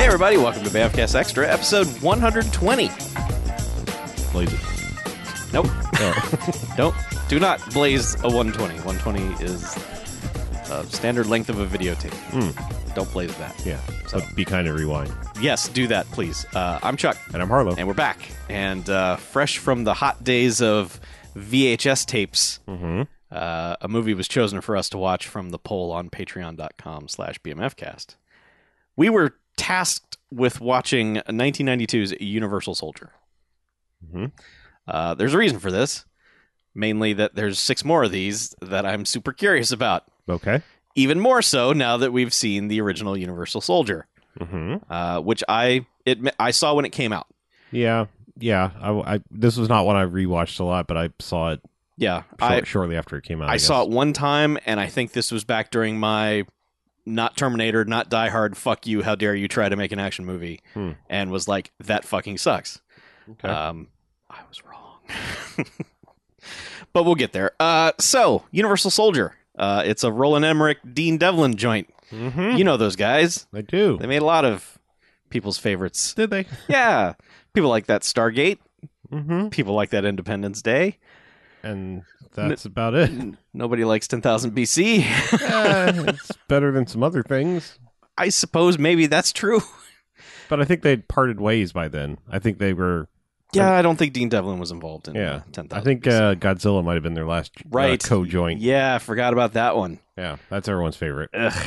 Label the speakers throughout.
Speaker 1: everybody. Welcome to Bamcast Extra, episode 120.
Speaker 2: Blaze it.
Speaker 1: Nope.
Speaker 2: Oh.
Speaker 1: Don't. Do not blaze a 120. 120 is uh, standard length of a videotape. Don't blaze that.
Speaker 2: yeah.
Speaker 1: So-
Speaker 2: But be kind and rewind.
Speaker 1: Yes, do that, please. Uh, I'm Chuck,
Speaker 2: And I'm Harlow.
Speaker 1: and we're back. And uh, fresh from the hot days of VHS tapes, uh, a movie was chosen for us to watch from the poll on patreon.com slash bmfcast. We were tasked with watching 1992's Universal Soldier.
Speaker 2: Mhm.
Speaker 1: Uh, there's a reason for this, mainly that there's six more of these that I'm super curious about.
Speaker 2: okay.
Speaker 1: Even more so now that we've seen the original Universal Soldier,
Speaker 2: Mm-hmm.
Speaker 1: uh, which I admit, I saw when it came out.
Speaker 2: Yeah. Yeah. I, I- this was not one I rewatched a lot, but I saw it
Speaker 1: Yeah,
Speaker 2: shor-
Speaker 1: I
Speaker 2: shortly after it came out.
Speaker 1: I,
Speaker 2: I,
Speaker 1: saw it one time, and I think this was back during my not Terminator, not Die Hard, fuck you, how dare you try to make an action movie,
Speaker 2: Hmm.
Speaker 1: and was like, that fucking sucks.
Speaker 2: Okay.
Speaker 1: Um, I was wrong. but we'll get there. Uh, so, Universal Soldier. Uh, it's a Roland Emmerich, Dean Devlin joint.
Speaker 2: Mm-hmm.
Speaker 1: You know those guys.
Speaker 2: I do.
Speaker 1: They made a lot of people's favorites.
Speaker 2: Did they?
Speaker 1: Yeah. People like that Stargate.
Speaker 2: Mm-hmm.
Speaker 1: People like that Independence Day.
Speaker 2: And that's about it.
Speaker 1: Nobody likes 10,000 BC.
Speaker 2: Uh, it's better than some other things.
Speaker 1: I suppose maybe that's true.
Speaker 2: But I think they'd parted ways by then. I think they were.
Speaker 1: Yeah, I don't think Dean Devlin was involved in
Speaker 2: Yeah.
Speaker 1: uh, 10,000.
Speaker 2: I think
Speaker 1: BC.
Speaker 2: uh, Godzilla might have been their last uh,
Speaker 1: Right.
Speaker 2: co-joint. Yeah.
Speaker 1: yeah, I forgot about that one.
Speaker 2: that's everyone's favorite.
Speaker 1: Ugh.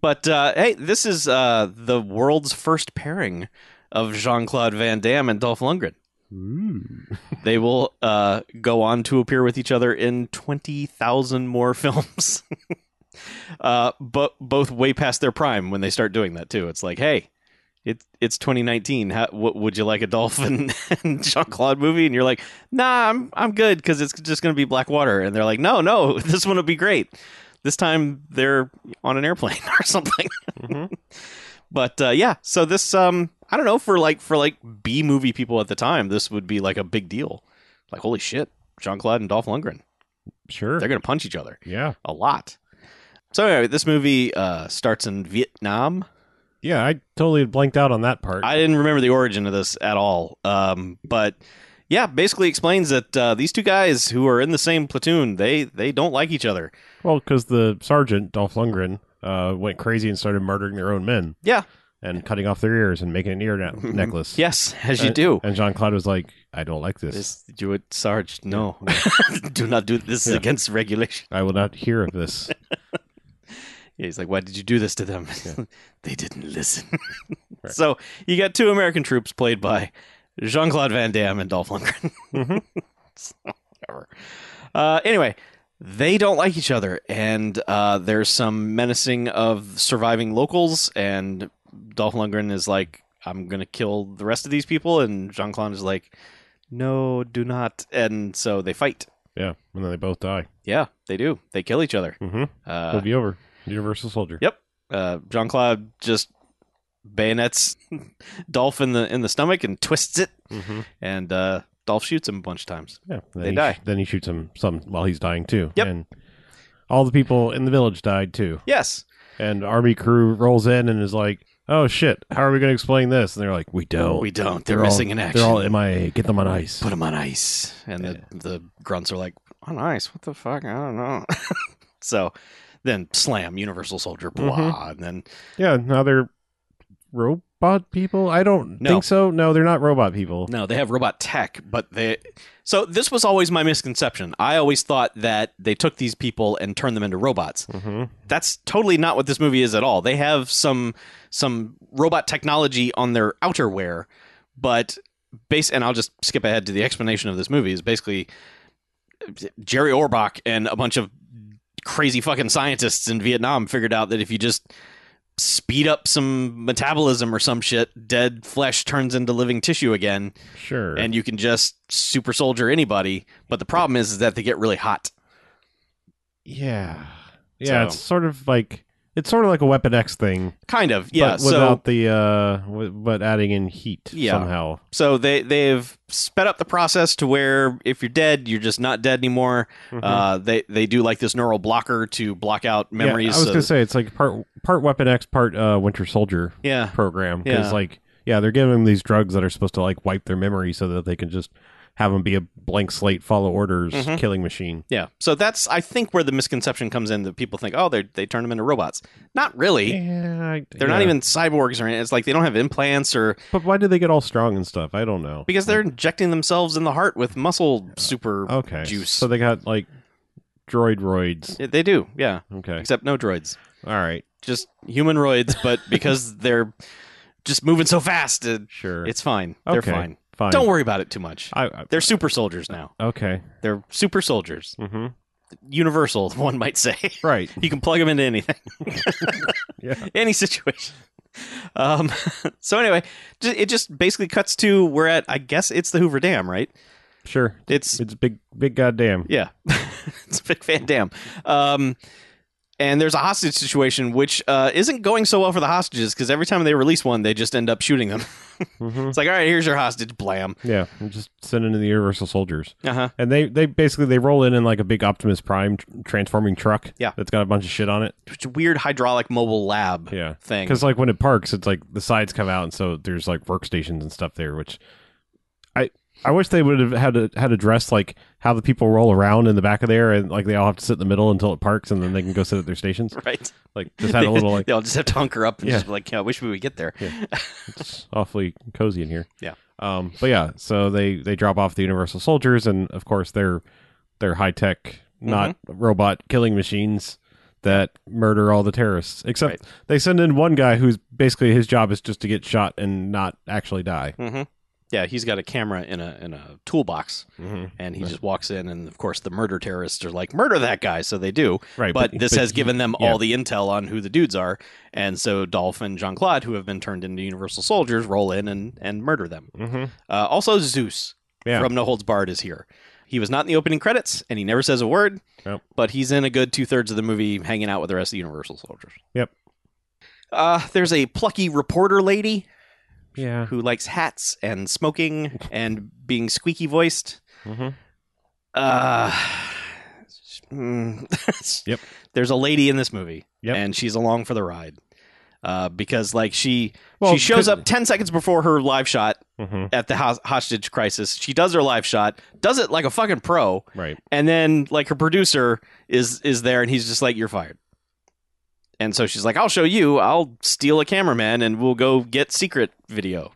Speaker 1: But uh, hey, this is uh, the world's first pairing of Jean Claude Van Damme and Dolph Lundgren. Mm-hmm. They will uh, go on to appear with each other in 20,000 more films. uh, but both way past their prime when they start doing that, too. It's like, hey, it, it's 2019. How, what, would you like a Dolph and, and Jean Claude movie? And you're like, nah, I'm, I'm good because it's just going to be Black Water. And they're like, no, no, this one will be great. This time they're on an airplane or something.
Speaker 2: Mhm.
Speaker 1: But uh, yeah, so this um I don't know for like for like B movie people at the time, this would be like a big deal. Like holy shit, Jean Claude and Dolph Lundgren,
Speaker 2: Sure.
Speaker 1: they're gonna punch each other
Speaker 2: Yeah.
Speaker 1: a lot. So anyway, this movie uh, starts in Vietnam.
Speaker 2: Yeah, I totally had blanked out on that part.
Speaker 1: I didn't remember the origin of this at all, um, but yeah, basically explains that uh, these two guys who are in the same platoon, they they don't like each other.
Speaker 2: Well, because the sergeant Dolph Lundgren uh, went crazy and started murdering their own men
Speaker 1: Yeah,
Speaker 2: and cutting off their ears and making an ear ne- necklace.
Speaker 1: yes, as you
Speaker 2: And-
Speaker 1: do.
Speaker 2: And Jean Claude was like, "I don't like this.
Speaker 1: This, do it, Sarge. No, do not do this. Is
Speaker 2: Yeah.
Speaker 1: against regulation.
Speaker 2: I will not hear of this."
Speaker 1: Yeah, he's like, "Why did you do this to them?"
Speaker 2: Yeah.
Speaker 1: they didn't listen.
Speaker 2: Right.
Speaker 1: So you got two American troops played by Jean Claude Van Damme and Dolph Lundgren.
Speaker 2: Mhm.
Speaker 1: So, whatever. Uh, anyway, they don't like each other, and uh, there's some menacing of surviving locals, and Dolph Lundgren is like, "I'm gonna kill the rest of these people," and Jean Claude is like, "No, do not." And so they fight.
Speaker 2: yeah, and then they both die.
Speaker 1: Yeah, they do. They kill each other.
Speaker 2: Mm-hmm.
Speaker 1: Uh,
Speaker 2: It'll be over. Universal Soldier.
Speaker 1: Yep. uh, Jean Claude just bayonets Dolph in the in the stomach and twists it,
Speaker 2: Mm-hmm.
Speaker 1: and uh, Dolph shoots him a bunch of times.
Speaker 2: Yeah. Then
Speaker 1: They
Speaker 2: he
Speaker 1: die.
Speaker 2: sh- then he shoots him some while he's dying too.
Speaker 1: Yep.
Speaker 2: And all the people in the village died too.
Speaker 1: Yes,
Speaker 2: And army crew rolls in and is like, "Oh shit, how are we going to explain this?" And they're like, "We don't.
Speaker 1: we don't. They're,
Speaker 2: They're all-
Speaker 1: missing an action.
Speaker 2: They're all MIA. Get them on ice."
Speaker 1: Put him on ice, and the, the grunts are like, "On ice? What the fuck? I don't know." so then slam Universal Soldier, blah, and then
Speaker 2: Yeah, now they're robot people. I don't
Speaker 1: No.
Speaker 2: think so. No, they're not robot people.
Speaker 1: No, they have robot tech, but they. So this was always my misconception. I always thought that they took these people and turned them into robots.
Speaker 2: Mhm.
Speaker 1: That's totally not what this movie is at all. They have some some robot technology on their outerwear, but base. And I'll just skip ahead to the explanation of this movie. Is basically Jerry Orbach and a bunch of crazy fucking scientists in Vietnam figured out that if you just speed up some metabolism or some shit, dead flesh turns into living tissue again
Speaker 2: Sure.
Speaker 1: and you can just super soldier anybody. But the problem is, is that they get really hot.
Speaker 2: yeah. Yeah,
Speaker 1: So-
Speaker 2: it's sort of like It's sort of like a Weapon X thing,
Speaker 1: Kind of, yeah.
Speaker 2: but
Speaker 1: so
Speaker 2: without the uh, w- but adding in heat
Speaker 1: Yeah.
Speaker 2: somehow.
Speaker 1: so they they've sped up the process to where if you're dead, you're just not dead anymore. Uh, they they do like this neural blocker to block out
Speaker 2: Mm-hmm. Yeah,
Speaker 1: memories.
Speaker 2: I was
Speaker 1: so-
Speaker 2: gonna say it's like part part Weapon X, part uh, Winter Soldier
Speaker 1: yeah,
Speaker 2: program because
Speaker 1: Yeah.
Speaker 2: like yeah, they're giving them these drugs that are supposed to like wipe their memory so that they can just have them be a blank slate, follow orders,
Speaker 1: Mhm.
Speaker 2: killing machine.
Speaker 1: yeah. So that's I think where the misconception comes in that people think, oh, they they turn them into robots. Not really.
Speaker 2: Yeah, I-
Speaker 1: They're
Speaker 2: yeah.
Speaker 1: not even cyborgs or anything. It's like they don't have implants or
Speaker 2: But why do they get all strong and stuff? I don't know.
Speaker 1: because they're injecting themselves in the heart with muscle super.
Speaker 2: okay.
Speaker 1: juice.
Speaker 2: So they got like droid roids.
Speaker 1: Yeah, they do, yeah.
Speaker 2: Okay.
Speaker 1: Except no droids,
Speaker 2: All right.
Speaker 1: just humanoids. But because they're just moving so fast, it,
Speaker 2: Sure.
Speaker 1: it's fine.
Speaker 2: Okay.
Speaker 1: They're fine.
Speaker 2: fine.
Speaker 1: Don't worry about it too much.
Speaker 2: I, I,
Speaker 1: They're super soldiers now.
Speaker 2: okay.
Speaker 1: They're super soldiers.
Speaker 2: Mm-hmm.
Speaker 1: Universal, one might say.
Speaker 2: Right.
Speaker 1: you can plug them into anything,
Speaker 2: Yeah.
Speaker 1: any situation. Um, so anyway, ju- it just basically cuts to we're at. I guess it's the Hoover Dam, right?
Speaker 2: Sure.
Speaker 1: It's
Speaker 2: It's big, big goddamn.
Speaker 1: yeah, it's Vic Van Dam. Um, and there's a hostage situation which uh, isn't going so well for the hostages because every time they release one, they just end up shooting them.
Speaker 2: Mm-hmm.
Speaker 1: it's like, all right, here's your hostage, blam.
Speaker 2: Yeah. I'm just sending in the Universal soldiers,
Speaker 1: Uh huh.
Speaker 2: and they they basically they roll in in like a big Optimus Prime tr- transforming truck.
Speaker 1: Yeah.
Speaker 2: That's got a bunch of shit on it.
Speaker 1: Weird hydraulic mobile lab
Speaker 2: Yeah.
Speaker 1: thing.
Speaker 2: Because like when it parks, it's like the sides come out, and so there's like workstations and stuff there. Which I I wish they would have had to had addressed like how the people roll around in the back of there, and like they all have to sit in the middle until it parks, and then they can go sit at their stations.
Speaker 1: Right.
Speaker 2: Like just had a little like
Speaker 1: They all just have to hunker up and
Speaker 2: Yeah.
Speaker 1: just be like, yeah, I wish we would get there.
Speaker 2: it's awfully cozy in here.
Speaker 1: Yeah.
Speaker 2: Um. But yeah, so they they drop off the Universal Soldiers, and of course they're they're high tech, not
Speaker 1: Mm-hmm.
Speaker 2: robot killing machines that murder all the terrorists. Except
Speaker 1: Right.
Speaker 2: they send in one guy who's basically his job is just to get shot and not actually die.
Speaker 1: Mm-hmm. Yeah, he's got a camera in a in a toolbox,
Speaker 2: Mm-hmm.
Speaker 1: and he just walks in, and of course the murder terrorists are like, "Murder that guy!" So they do.
Speaker 2: Right.
Speaker 1: but, this has
Speaker 2: he-
Speaker 1: given them
Speaker 2: yeah.
Speaker 1: all the intel on who the dudes are, and so Dolph and Jean Claude, who have been turned into Universal soldiers, roll in and and murder them.
Speaker 2: Mhm.
Speaker 1: Uh, also, Zeus
Speaker 2: Yeah.
Speaker 1: from No Holds Barred is here. He was not in the opening credits, and he never says a word.
Speaker 2: Yep.
Speaker 1: But he's in a good two thirds of the movie, hanging out with the rest of the Universal soldiers.
Speaker 2: Yep.
Speaker 1: Uh, there's a plucky reporter lady
Speaker 2: Yeah.
Speaker 1: who likes hats and smoking and being squeaky voiced.
Speaker 2: Mhm.
Speaker 1: Uh, mm.
Speaker 2: Yep.
Speaker 1: There's a lady in this movie,
Speaker 2: Yep.
Speaker 1: and she's along for the ride. Uh, because like she
Speaker 2: Well,
Speaker 1: she shows
Speaker 2: could-
Speaker 1: up ten seconds before her live shot
Speaker 2: Mhm.
Speaker 1: at the hos- hostage crisis. She does her live shot, does it like a fucking pro,
Speaker 2: Right.
Speaker 1: and then like her producer is is there, and he's just like, "You're fired." And so she's like, "I'll show you. I'll steal a cameraman, and we'll go get secret video."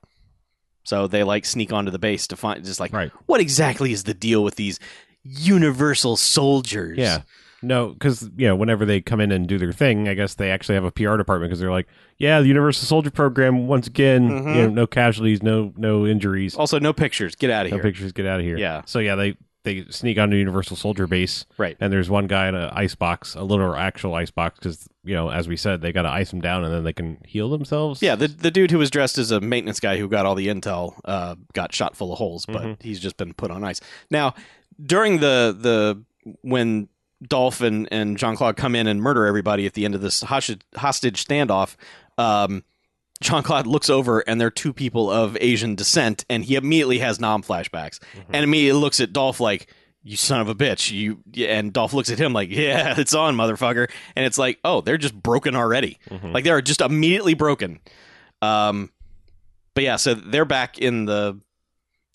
Speaker 1: So they like sneak onto the base to find just like
Speaker 2: Right.
Speaker 1: what exactly is the deal with these universal soldiers?
Speaker 2: Yeah. No, because you know, whenever they come in and do their thing, I guess they actually have a PR department because they're like, yeah, the Universal Soldier Program once again,
Speaker 1: Mhm.
Speaker 2: you know, no casualties, no no injuries,
Speaker 1: Also, no pictures. Get out of
Speaker 2: no
Speaker 1: here.
Speaker 2: pictures, get out of here.
Speaker 1: Yeah.
Speaker 2: So yeah, they they sneak onto Universal Soldier base,
Speaker 1: Right.
Speaker 2: and there's one guy in an ice box, a little actual ice box, because you know, as we said, they got to ice them down and then they can heal themselves.
Speaker 1: Yeah, the the dude who was dressed as a maintenance guy who got all the intel uh, got shot full of holes, but
Speaker 2: Mhm.
Speaker 1: he's just been put on ice. Now, during the the when Dolph and, and Jean Claude come in and murder everybody at the end of this hostage, hostage standoff, um, Jean Claude looks over and they're two people of Asian descent, and he immediately has nom flashbacks and immediately looks at Dolph like. You son of a bitch! You and Dolph looks at him like, "Yeah, it's on, motherfucker." And it's like, "Oh, they're just broken already.
Speaker 2: Mhm.
Speaker 1: Mm-hmm. Like they are just immediately broken." Um, but yeah, so they're back in the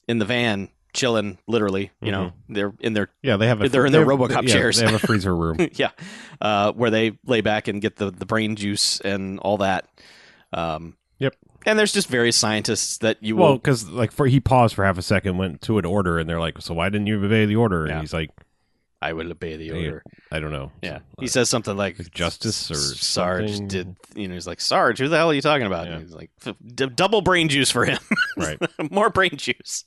Speaker 1: in the van, chilling, literally. You know,
Speaker 2: Mm-hmm.
Speaker 1: they're in their
Speaker 2: yeah, they have. A,
Speaker 1: They're in their
Speaker 2: they have-
Speaker 1: RoboCop
Speaker 2: yeah,
Speaker 1: chairs.
Speaker 2: They have a freezer room.
Speaker 1: yeah, uh, where they lay back and get the the brain juice and all that. Um,
Speaker 2: Yep.
Speaker 1: And there's just various scientists that you
Speaker 2: Well,
Speaker 1: will.
Speaker 2: because like for he paused for half a second, went to an order, and they're like, "So why didn't you obey the order?"
Speaker 1: Yeah.
Speaker 2: And he's like,
Speaker 1: I will obey the
Speaker 2: Yeah.
Speaker 1: order.
Speaker 2: "I don't know."
Speaker 1: Yeah,
Speaker 2: So,
Speaker 1: he says something like
Speaker 2: justice or
Speaker 1: Sarge
Speaker 2: something.
Speaker 1: did. You know, he's like Sarge. Who the hell are you talking about?
Speaker 2: Yeah.
Speaker 1: And he's like "F- d- double brain juice for him.
Speaker 2: right.
Speaker 1: more brain juice.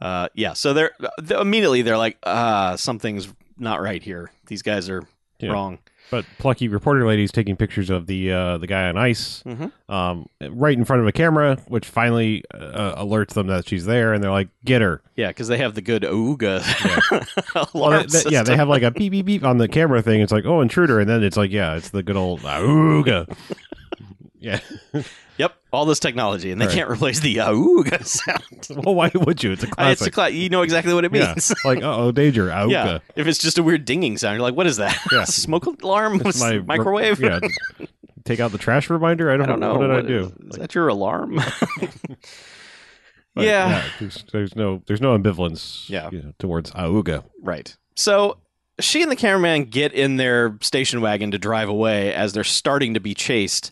Speaker 1: Uh, yeah. So they're, th- immediately they're like, ah, something's not right here. These guys are
Speaker 2: Yeah.
Speaker 1: Wrong.
Speaker 2: But plucky reporter ladies taking pictures of the uh, the guy on ice,
Speaker 1: Mhm.
Speaker 2: um, right in front of a camera, which finally uh, alerts them that she's there, and they're like, "Get her!"
Speaker 1: Yeah, because they have the good ooga alarm
Speaker 2: Well, they- they- yeah, they
Speaker 1: system.
Speaker 2: have like a beep beep beep on the camera thing. It's like, "Oh, intruder!" And then it's like, "Yeah, it's the good old auga." yeah.
Speaker 1: Yep, all this technology, and they
Speaker 2: Right.
Speaker 1: can't replace the ooga sound.
Speaker 2: Well, why would you? It's a
Speaker 1: Uh, It's
Speaker 2: classic.
Speaker 1: a cla- you know exactly what it
Speaker 2: yeah.
Speaker 1: means.
Speaker 2: like, oh, danger, auga.
Speaker 1: Yeah. If it's just a weird dinging sound, you're like, what is that?
Speaker 2: Yeah.
Speaker 1: Smoke alarm?
Speaker 2: It's my
Speaker 1: microwave?
Speaker 2: yeah. Take out the trash reminder. I don't,
Speaker 1: I don't know.
Speaker 2: What did I
Speaker 1: What-
Speaker 2: do?
Speaker 1: Is that your alarm?
Speaker 2: But,
Speaker 1: yeah.
Speaker 2: there's, there's no there's no ambivalence.
Speaker 1: Yeah.
Speaker 2: you know, towards auga.
Speaker 1: Right. So she and the cameraman get in their station wagon to drive away as they're starting to be chased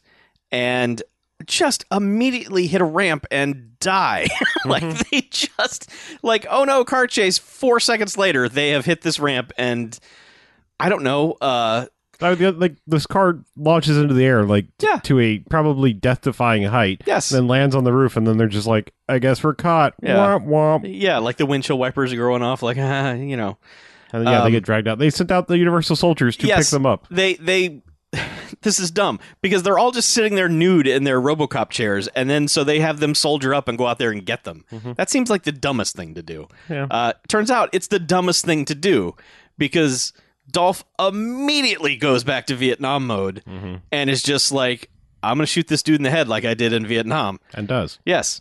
Speaker 1: and just immediately hit a ramp and die. like they just like oh no car chase 4 seconds later they have hit this ramp and I don't know uh
Speaker 2: I mean, the other- like this car launches into the air like t-
Speaker 1: Yeah.
Speaker 2: to a probably death defying height.
Speaker 1: Yes.
Speaker 2: Then lands on the roof and then they're just like, I guess we're caught.
Speaker 1: Yeah.
Speaker 2: Womp womp.
Speaker 1: yeah like the windshield wipers are going off like ah, you know
Speaker 2: And then, yeah,
Speaker 1: Um,
Speaker 2: they get dragged out. They sent out the Universal soldiers to
Speaker 1: Yes.
Speaker 2: pick them up.
Speaker 1: they they this is dumb because they're all just sitting there nude in their RoboCop chairs, and then so they have them soldier up and go out there and get them.
Speaker 2: Mm-hmm.
Speaker 1: That seems like the dumbest thing to do.
Speaker 2: Yeah.
Speaker 1: Uh, turns out it's the dumbest thing to do because Dolph immediately goes back to Vietnam mode
Speaker 2: Mm-hmm.
Speaker 1: and is just like, "I'm gonna shoot this dude in the head like I did in Vietnam."
Speaker 2: And does.
Speaker 1: Yes.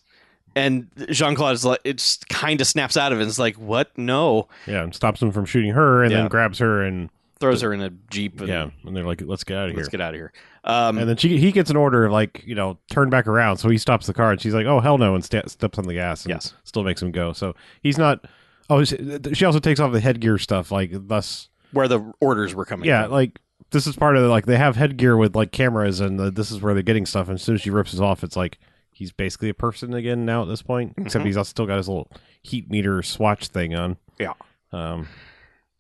Speaker 1: And Jean Claude is like, it just kind of snaps out of it. And is like, what? No.
Speaker 2: Yeah. And stops them from shooting her and
Speaker 1: Yeah.
Speaker 2: then grabs her and
Speaker 1: Throws her in a jeep. And
Speaker 2: yeah. And they're like, let's get out of here.
Speaker 1: Let's get out of here. Um,
Speaker 2: and then she he gets an order of like you know turn back around so he stops the car and she's like oh hell no and sta- steps on the gas and
Speaker 1: Yes.
Speaker 2: still makes him go so he's not oh she she also takes off the headgear stuff like thus
Speaker 1: where the orders were coming.
Speaker 2: yeah
Speaker 1: from.
Speaker 2: like this is part of the, like they have headgear with like cameras and the, this is where they're getting stuff and as soon as she rips this off it's like he's basically a person again now at this point except
Speaker 1: Mm-hmm.
Speaker 2: he's also still got his little heat meter swatch thing on
Speaker 1: Yeah.
Speaker 2: um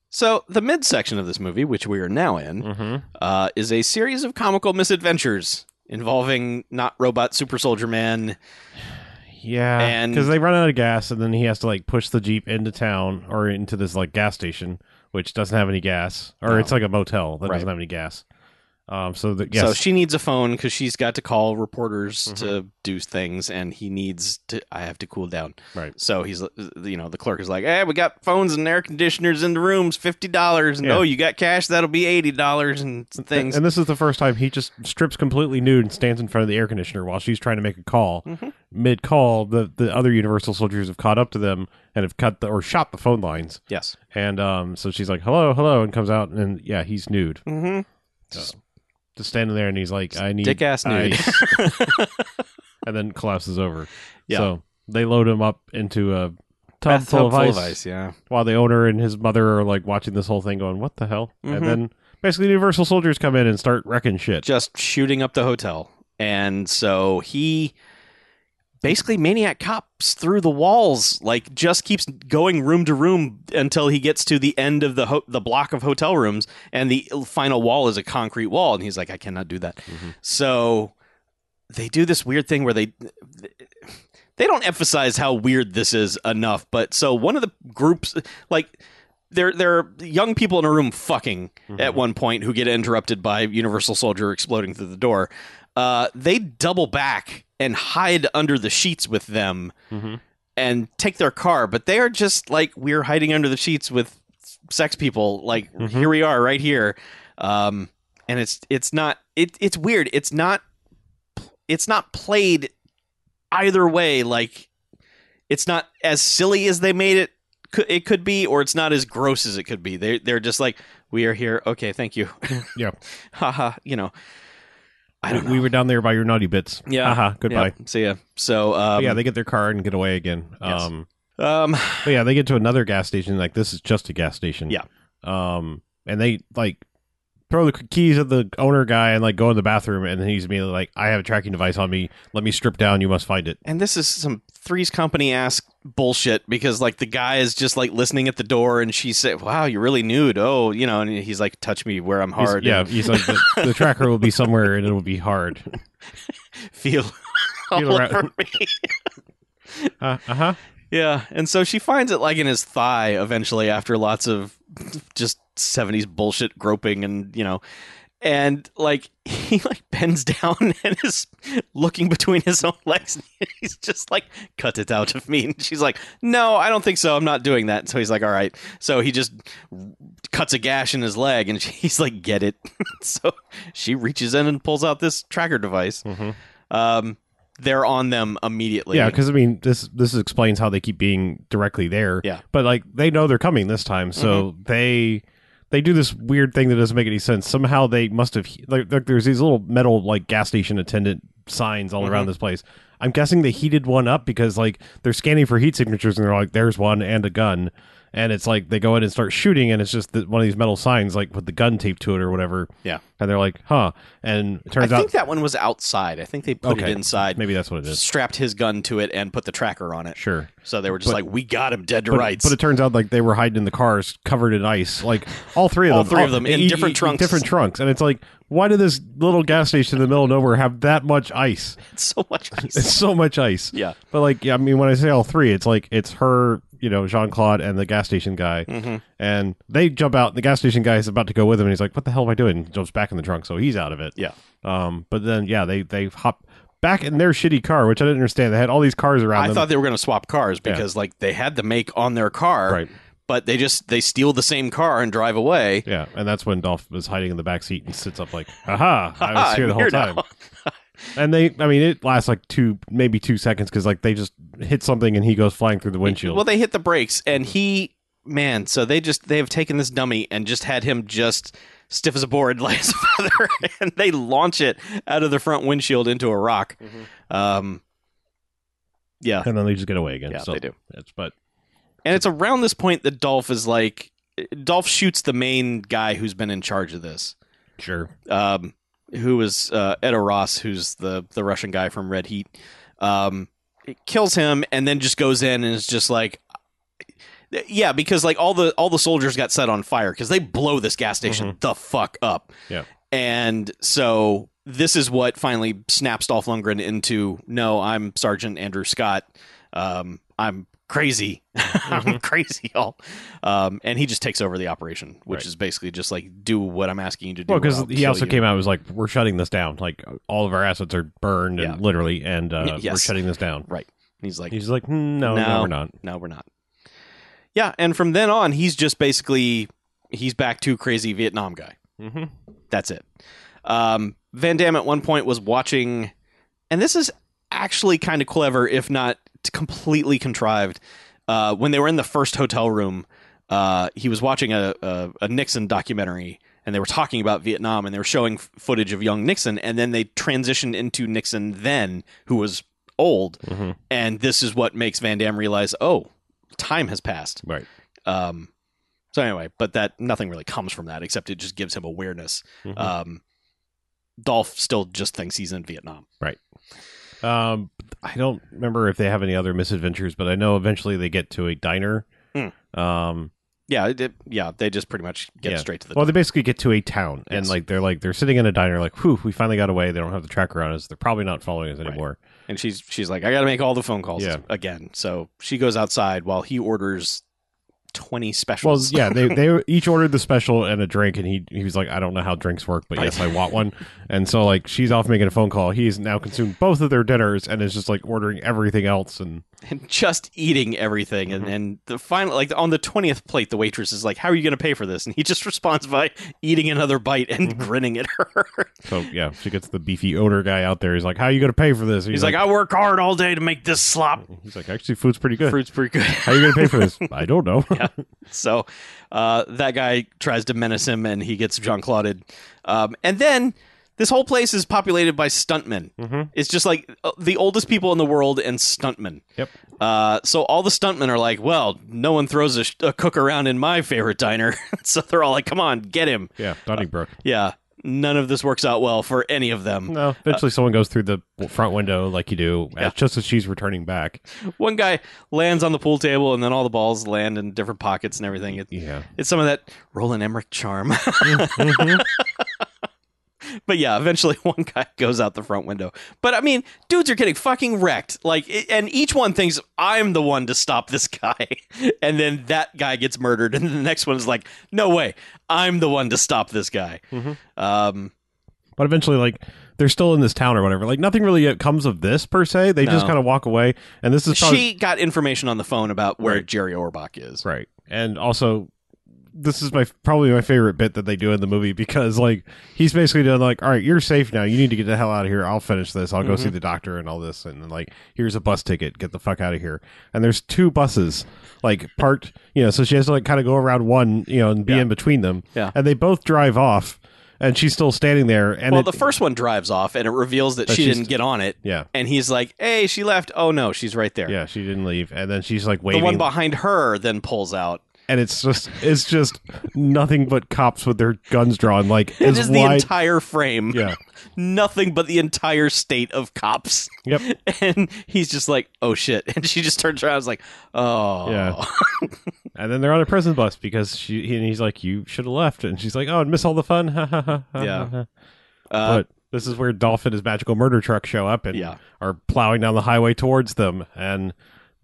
Speaker 1: So, the midsection of this movie, which we are now in,
Speaker 2: mhm.
Speaker 1: uh, is a series of comical misadventures involving not robot super soldier man.
Speaker 2: Yeah,
Speaker 1: And-
Speaker 2: because they run out of gas, and then he has to like push the jeep into town or into this like gas station, which doesn't have any gas, or
Speaker 1: No.
Speaker 2: it's like a motel that
Speaker 1: Right.
Speaker 2: doesn't have any gas. Um, so the yes, Mm-hmm.
Speaker 1: So, she needs a phone because she's got to call reporters to do things, and he needs to. I have to cool down.
Speaker 2: right.
Speaker 1: So, he's, uh, you know, the clerk is like, hey, we got phones and air conditioners in the rooms, $50. And
Speaker 2: Yeah.
Speaker 1: oh, you got cash, that'll be $80 and things.
Speaker 2: And this is the first time he just strips completely nude and stands in front of the air conditioner while she's trying to make a call.
Speaker 1: Mhm.
Speaker 2: Mid call, the the other Universal soldiers have caught up to them and have cut the or shot the phone lines,
Speaker 1: yes.
Speaker 2: and um, so she's like, "Hello, hello," and comes out, and yeah, he's nude,
Speaker 1: Mm-hmm.
Speaker 2: just standing there, and he's like, "I need
Speaker 1: Dick ass nude.
Speaker 2: ice." and then collapses over.
Speaker 1: Yeah.
Speaker 2: So they load him up into a tub
Speaker 1: Bathtub
Speaker 2: full, of, ice
Speaker 1: yeah.
Speaker 2: while the owner and his mother are like watching this whole thing going, what the hell?
Speaker 1: Mhm.
Speaker 2: And then basically Universal soldiers come in and start wrecking shit.
Speaker 1: just shooting up the hotel. And so he basically maniac cops through the walls, like just keeps going room to room until he gets to the end of the ho- the block of hotel rooms, and the final wall is a concrete wall, and he's like, I cannot do that.
Speaker 2: Mhm.
Speaker 1: So they do this weird thing where they. They don't emphasize how weird this is enough, but so one of the groups, like, there there are young people in a room fucking, at one point who get interrupted by Universal Soldier exploding through the door. Uh, they double back and hide under the sheets with them
Speaker 2: Mhm.
Speaker 1: and take their car, but they are just like we're hiding under the sheets with sex people. Like
Speaker 2: Mhm.
Speaker 1: here we are, right here, um, and it's it's not it it's weird. It's not it's not played either way. Like it's not as silly as they made it. cou- It could be, or it's not as gross as it could be. They they're just like we are here. Okay, thank you.
Speaker 2: Yeah.
Speaker 1: haha. You know, I
Speaker 2: We-
Speaker 1: don't know.
Speaker 2: We were down there by your naughty bits.
Speaker 1: Yeah.
Speaker 2: Haha, goodbye.
Speaker 1: Yep, see ya. So um,
Speaker 2: But yeah, they get their car and get away again.
Speaker 1: Yes.
Speaker 2: Um,
Speaker 1: um
Speaker 2: but yeah, they get to another gas station. Like this is just a gas station.
Speaker 1: Yeah.
Speaker 2: Um, and they like throw the keys at the owner guy and like go in the bathroom, and then he's immediately like, "I have a tracking device on me. Let me strip down. You must find it."
Speaker 1: and this is some threes company ass bullshit because like the guy is just like listening at the door and she said wow you're really nude oh you know and he's like touch me where i'm
Speaker 2: He's-
Speaker 1: hard
Speaker 2: yeah,
Speaker 1: and
Speaker 2: he's like the, the tracker will be somewhere and it will be hard.
Speaker 1: feel all
Speaker 2: around.
Speaker 1: over me
Speaker 2: Uh uh-huh. huh.
Speaker 1: yeah and so she finds it like in his thigh eventually after lots of just 70s bullshit groping and, you know, and like he like bends down and is looking between his own legs and he's just like cut it out of me and she's like no i don't think so i'm not doing that so he's like all right so he just cuts a gash in his leg and she's like get it so she reaches in and pulls out this tracker device
Speaker 2: Mhm.
Speaker 1: um they're on them immediately
Speaker 2: Yeah, because I mean, this this explains how they keep being directly there.
Speaker 1: Yeah. Mm-hmm.
Speaker 2: but like they know they're coming this time, so they they do this weird thing that doesn't make any sense. Somehow they must have like, like there's these little metal like gas station attendant signs all
Speaker 1: Mm-hmm.
Speaker 2: around this place. I'm guessing they heated one up because like they're scanning for heat signatures and they're like, "There's one and a gun," and it's like they go in and start shooting, and it's just the, one of these metal signs like with the gun taped to it or whatever.
Speaker 1: Yeah.
Speaker 2: and they're like, "Huh," and
Speaker 1: i
Speaker 2: it turns
Speaker 1: think
Speaker 2: out
Speaker 1: that one was outside i think they put
Speaker 2: Okay.
Speaker 1: it inside
Speaker 2: maybe that's what it is.
Speaker 1: strapped his gun to it and put the tracker on it
Speaker 2: Sure.
Speaker 1: so they were just
Speaker 2: But-
Speaker 1: like we got him dead to
Speaker 2: but,
Speaker 1: rights
Speaker 2: But it turns out like they were hiding in the cars, covered in ice. Like all three of
Speaker 1: All
Speaker 2: them,
Speaker 1: three of them in different trunks.
Speaker 2: different trunks. And it's like, why did this little gas station in the middle of nowhere have that much ice?
Speaker 1: so much
Speaker 2: It's so much ice.
Speaker 1: Yeah.
Speaker 2: But like, yeah, I mean, when I say all three, it's like it's her, you know, Jean Claude and the gas station guy,
Speaker 1: Mm-hmm.
Speaker 2: and they jump out. And the gas station guy is about to go with him, and he's like, "What the hell am I doing?" And jumps back in the trunk, so he's out of it.
Speaker 1: yeah
Speaker 2: Um. But then, yeah, they they hop back in their shitty car, which I didn't understand. They had all these cars around
Speaker 1: I
Speaker 2: them.
Speaker 1: thought they were going to swap cars because like they had the make on their car,
Speaker 2: Right.
Speaker 1: But they just they steal the same car and drive away.
Speaker 2: Yeah, and that's when Dolph is hiding in the back seat and sits up like, "Aha! I
Speaker 1: Ah,
Speaker 2: was here the whole
Speaker 1: now.
Speaker 2: time." And they, I mean, it lasts like two, maybe two seconds because like they just hit something and he goes flying through the windshield.
Speaker 1: Well, they hit the brakes and he man. So they just they have taken this dummy and just had him just stiff as a board, light as a feather, and they launch it out of the front windshield into a rock.
Speaker 2: Mm-hmm.
Speaker 1: Um, yeah,
Speaker 2: and then they just get away again.
Speaker 1: yeah,
Speaker 2: so
Speaker 1: they do.
Speaker 2: It's, but
Speaker 1: And it's around this point that Dolph is like, Dolph shoots the main guy who's been in charge of this.
Speaker 2: sure,
Speaker 1: um, who is uh, Eda Ross, who's the the Russian guy from Red Heat, um, it kills him, and then just goes in and is just like, yeah, because like all the all the soldiers got set on fire because they blow this gas station the fuck up.
Speaker 2: Mm-hmm. Yeah.
Speaker 1: and so this is what finally snaps Dolph Lundgren into no, I'm Sergeant Andrew Scott. Um, I'm crazy.
Speaker 2: Mm-hmm.
Speaker 1: I'm crazy, y'all. Um, and he just takes over the operation, which
Speaker 2: Right.
Speaker 1: is basically just like do what I'm asking you to do.
Speaker 2: well,
Speaker 1: or
Speaker 2: because
Speaker 1: I'll
Speaker 2: he
Speaker 1: kill
Speaker 2: also
Speaker 1: you.
Speaker 2: came out and was like, "We're shutting this down. Like all of our assets are burned
Speaker 1: Yeah.
Speaker 2: and literally, and uh,
Speaker 1: Y- yes.
Speaker 2: we're shutting this down."
Speaker 1: Right. And he's like,
Speaker 2: He's like, "Hmm, no, no,
Speaker 1: No.
Speaker 2: we're not."
Speaker 1: no, we're not. Yeah, and from then on, he's just basically he's back to crazy Vietnam guy.
Speaker 2: Mm-hmm.
Speaker 1: That's it. Um, Van Damme at one point was watching, and this is actually kind of clever, if not t- completely contrived. Uh, when they were in the first hotel room, uh, he was watching a, a, a Nixon documentary, and they were talking about Vietnam, and they were showing f- footage of young Nixon, and then they transitioned into Nixon then, who was old,
Speaker 2: Mhm.
Speaker 1: and this is what makes Van Damme realize, oh, time has passed.
Speaker 2: Right.
Speaker 1: Um, so anyway, but that nothing really comes from that except it just gives him awareness.
Speaker 2: Mhm.
Speaker 1: Um, Dolph still just thinks he's in Vietnam.
Speaker 2: Um, I don't remember if they have any other misadventures, but I know eventually they get to a diner.
Speaker 1: Hmm.
Speaker 2: Um,
Speaker 1: Yeah, it, it- yeah, they just pretty much get
Speaker 2: Yeah.
Speaker 1: straight to the.
Speaker 2: well, they basically get to a town, and
Speaker 1: Yes.
Speaker 2: like they're like they're sitting in a diner, like, "Whew, we finally got away. They don't have the tracker on us. They're probably not following us anymore."
Speaker 1: and she's she's like, I got to make all the phone calls
Speaker 2: Yeah.
Speaker 1: again. So she goes outside while he orders twenty
Speaker 2: Well,
Speaker 1: specials.
Speaker 2: yeah, they they each ordered the special and a drink, and he he was like, "I don't know how drinks work, but
Speaker 1: Right.
Speaker 2: yes, I want one." And so like she's off making a phone call. He's now consumed both of their dinners and is just like ordering everything else, and
Speaker 1: and just eating everything. And and the final, like on the twentieth plate, the waitress is like, "How are you going to pay for this?" And he just responds by eating another bite and grinning at her.
Speaker 2: so yeah, she gets the beefy odor guy out there. He's like, "How you going to pay for this?" And
Speaker 1: He's like, "I work hard all day to make this slop.
Speaker 2: "He's like, actually, food's pretty good."
Speaker 1: Fruit's pretty good."
Speaker 2: How are you going to pay for this? I don't know.
Speaker 1: So uh, that guy tries to menace him, and he gets Jean Clauded. Um, and then this whole place is populated by stuntmen.
Speaker 2: Mhm.
Speaker 1: It's just like uh, the oldest people in the world and stuntmen.
Speaker 2: Yep.
Speaker 1: Uh, so all the stuntmen are like, "Well, no one throws a, sh- a cook around in my favorite diner." so they're all like, "Come on, get him!"
Speaker 2: Yeah, Donnybrook.
Speaker 1: Yeah. None of this works out well for any of them.
Speaker 2: No, eventually someone goes through the front window like you do,
Speaker 1: Yeah.
Speaker 2: uh, just as she's returning back.
Speaker 1: One guy lands on the pool table, and then all the balls land in different pockets and everything. It,
Speaker 2: Yeah,
Speaker 1: It's some of that Roland Emmerich charm. but yeah, eventually one guy goes out the front window. But I mean, dudes are getting fucking wrecked. Like, it- and each one thinks I'm the one to stop this guy, and then that guy gets murdered, and the next one is like, no way, I'm the one to stop this guy.
Speaker 2: Mhm.
Speaker 1: Um,
Speaker 2: But eventually, like they're still in this town or whatever. Like nothing really comes of this per se. They just
Speaker 1: No.
Speaker 2: kind of walk away, and this is probably,
Speaker 1: she got information on the phone about where Jerry Orbach is.
Speaker 2: right. And also, this is my probably my favorite bit that they do in the movie because like he's basically done like, all right, you're safe now. You need to get the hell out of here. I'll finish this. I'll go
Speaker 1: Mhm.
Speaker 2: see the doctor and all this, and then, like here's a bus ticket. Get the fuck out of here. And there's two buses like parked, you know, so she has to like kind of go around one, you know, and be
Speaker 1: Yeah.
Speaker 2: in between them.
Speaker 1: Yeah.
Speaker 2: And they both drive off, and she's still standing there. And
Speaker 1: Well,
Speaker 2: it-
Speaker 1: the first one drives off, and it reveals that
Speaker 2: But
Speaker 1: she
Speaker 2: she's-
Speaker 1: didn't get on it.
Speaker 2: yeah.
Speaker 1: And he's like, "Hey, she left. Oh no, she's right there."
Speaker 2: Yeah, she didn't leave, and then she's like
Speaker 1: the
Speaker 2: waving.
Speaker 1: one behind her then pulls out.
Speaker 2: and it's just it's just nothing but cops with their guns drawn like
Speaker 1: It
Speaker 2: as
Speaker 1: is the
Speaker 2: wide
Speaker 1: entire frame.
Speaker 2: yeah
Speaker 1: Nothing but the entire state of cops.
Speaker 2: yep
Speaker 1: And he's just like, "Oh shit!" And she just turns around. and is like, "Oh,
Speaker 2: Yeah. and then they're on a prison bus because she he- and he's like you should have left and she's like oh I'd miss all the fun Ha, ha, ha, ha,
Speaker 1: Yeah.
Speaker 2: ha, ha.
Speaker 1: Uh,
Speaker 2: but this is where dolphin and his magical murder truck show up and
Speaker 1: yeah,
Speaker 2: are plowing down the highway towards them and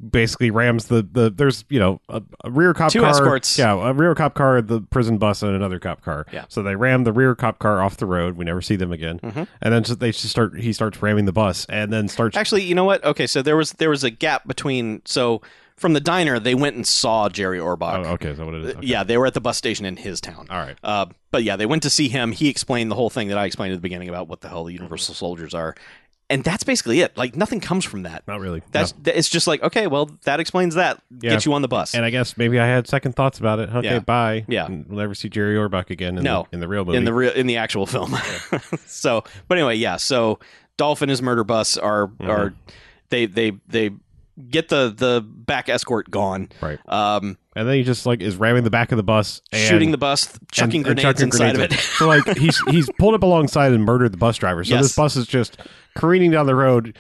Speaker 2: basically rams the the there's you know a, a rear cop
Speaker 1: Two
Speaker 2: car
Speaker 1: escorts.
Speaker 2: yeah a rear cop car the prison bus and another cop car
Speaker 1: Yeah.
Speaker 2: so they ram the rear cop car off the road we never see them again
Speaker 1: Mhm.
Speaker 2: and then so they just start he starts ramming the bus and then starts
Speaker 1: Actually, you know what? Okay, so there was there was a gap between. So from the diner, they went and saw Jerry Orbach.
Speaker 2: oh, okay is that what it is Okay.
Speaker 1: Yeah, they were at the bus station in his town.
Speaker 2: all right
Speaker 1: Uh, but yeah, they went to see him. He explained the whole thing that I explained at the beginning about what the hell the Universal Soldiers are, and that's basically it. Like nothing comes from that.
Speaker 2: not really
Speaker 1: That's that- it's just like okay, well that explains that.
Speaker 2: Yeah.
Speaker 1: Get you on the bus.
Speaker 2: No. and I guess maybe I had second thoughts about it okay
Speaker 1: Yeah.
Speaker 2: bye
Speaker 1: Yeah.
Speaker 2: And we'll never see Jerry Orbach again in,
Speaker 1: No.
Speaker 2: the, in the real movie
Speaker 1: in the real in the actual film. so, but anyway, yeah. So Dolph and his murder bus are
Speaker 2: Mm-hmm.
Speaker 1: are they they they get the the back escort gone.
Speaker 2: right
Speaker 1: Um,
Speaker 2: and then he just like is ramming the back of the bus and
Speaker 1: shooting the bus, th- chucking
Speaker 2: and- and
Speaker 1: grenades
Speaker 2: chucking
Speaker 1: inside
Speaker 2: grenades
Speaker 1: of
Speaker 2: in.
Speaker 1: it.
Speaker 2: so like he's he's pulled up alongside and murdered the bus driver. So
Speaker 1: Yes.
Speaker 2: this bus is just careening down the road,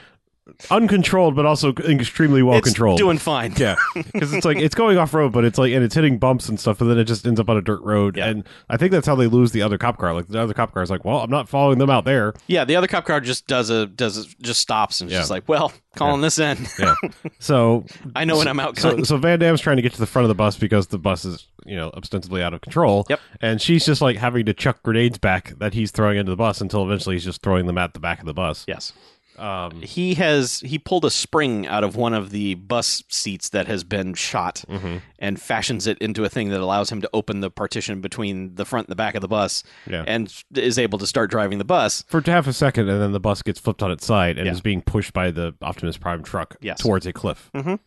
Speaker 2: uncontrolled but also extremely well
Speaker 1: it's
Speaker 2: controlled.
Speaker 1: doing fine.
Speaker 2: yeah, because it's like it's going off road, but it's like and it's hitting bumps and stuff, but then it just ends up on a dirt road.
Speaker 1: Yeah.
Speaker 2: And I think that's how they lose the other cop car. Like the other cop car is like, well, I'm not following them out there.
Speaker 1: Yeah, the other cop car just does a does a, just stops and is
Speaker 2: Yeah.
Speaker 1: just like, well, calling this in.
Speaker 2: Yeah. So
Speaker 1: I know when I'm out.
Speaker 2: So, so Van Damme's trying to get to the front of the bus because the bus is, you know, ostensibly out of control.
Speaker 1: Yep.
Speaker 2: And she's just like having to chuck grenades back that he's throwing into the bus until eventually he's just throwing them at the back of the bus.
Speaker 1: yes,
Speaker 2: Um,
Speaker 1: he has he pulled a spring out of one of the bus seats that has been shot
Speaker 2: mhm.
Speaker 1: and fashions it into a thing that allows him to open the partition between the front and the back of the bus
Speaker 2: Yeah.
Speaker 1: and is able to start driving the bus.
Speaker 2: For half a second, and then the bus gets flipped on its side and
Speaker 1: Yeah.
Speaker 2: is being pushed by the Optimus Prime truck
Speaker 1: Yes.
Speaker 2: towards a cliff.
Speaker 1: Mhm.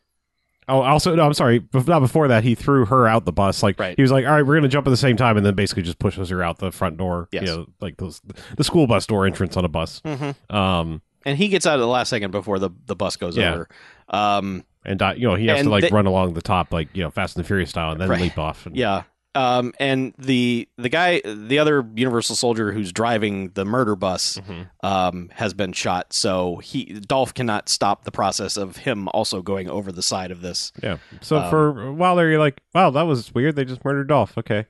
Speaker 2: Oh, also, no, I'm sorry. bef- Not before that, he threw her out the bus. Like
Speaker 1: Right.
Speaker 2: he was like, "All right, we're gonna jump at the same time," and then basically just pushes her out the front door.
Speaker 1: Yes.
Speaker 2: You know, like those the school bus door entrance on a bus.
Speaker 1: Mm-hmm.
Speaker 2: Um,
Speaker 1: And he gets out at the last second before the, the bus goes
Speaker 2: Yeah.
Speaker 1: over. Um,
Speaker 2: and di- you know he has
Speaker 1: And
Speaker 2: to like
Speaker 1: they-
Speaker 2: run along the top like you know Fast and the Furious style and then
Speaker 1: Right.
Speaker 2: leap off. And,
Speaker 1: yeah. Um, and the the guy, the other Universal soldier who's driving the murder bus,
Speaker 2: Mhm.
Speaker 1: um, has been shot. So he Dolph cannot stop the process of him also going over the side of this.
Speaker 2: yeah. So
Speaker 1: Um,
Speaker 2: for a while there, you're like, wow, that was weird. They just murdered Dolph. Okay,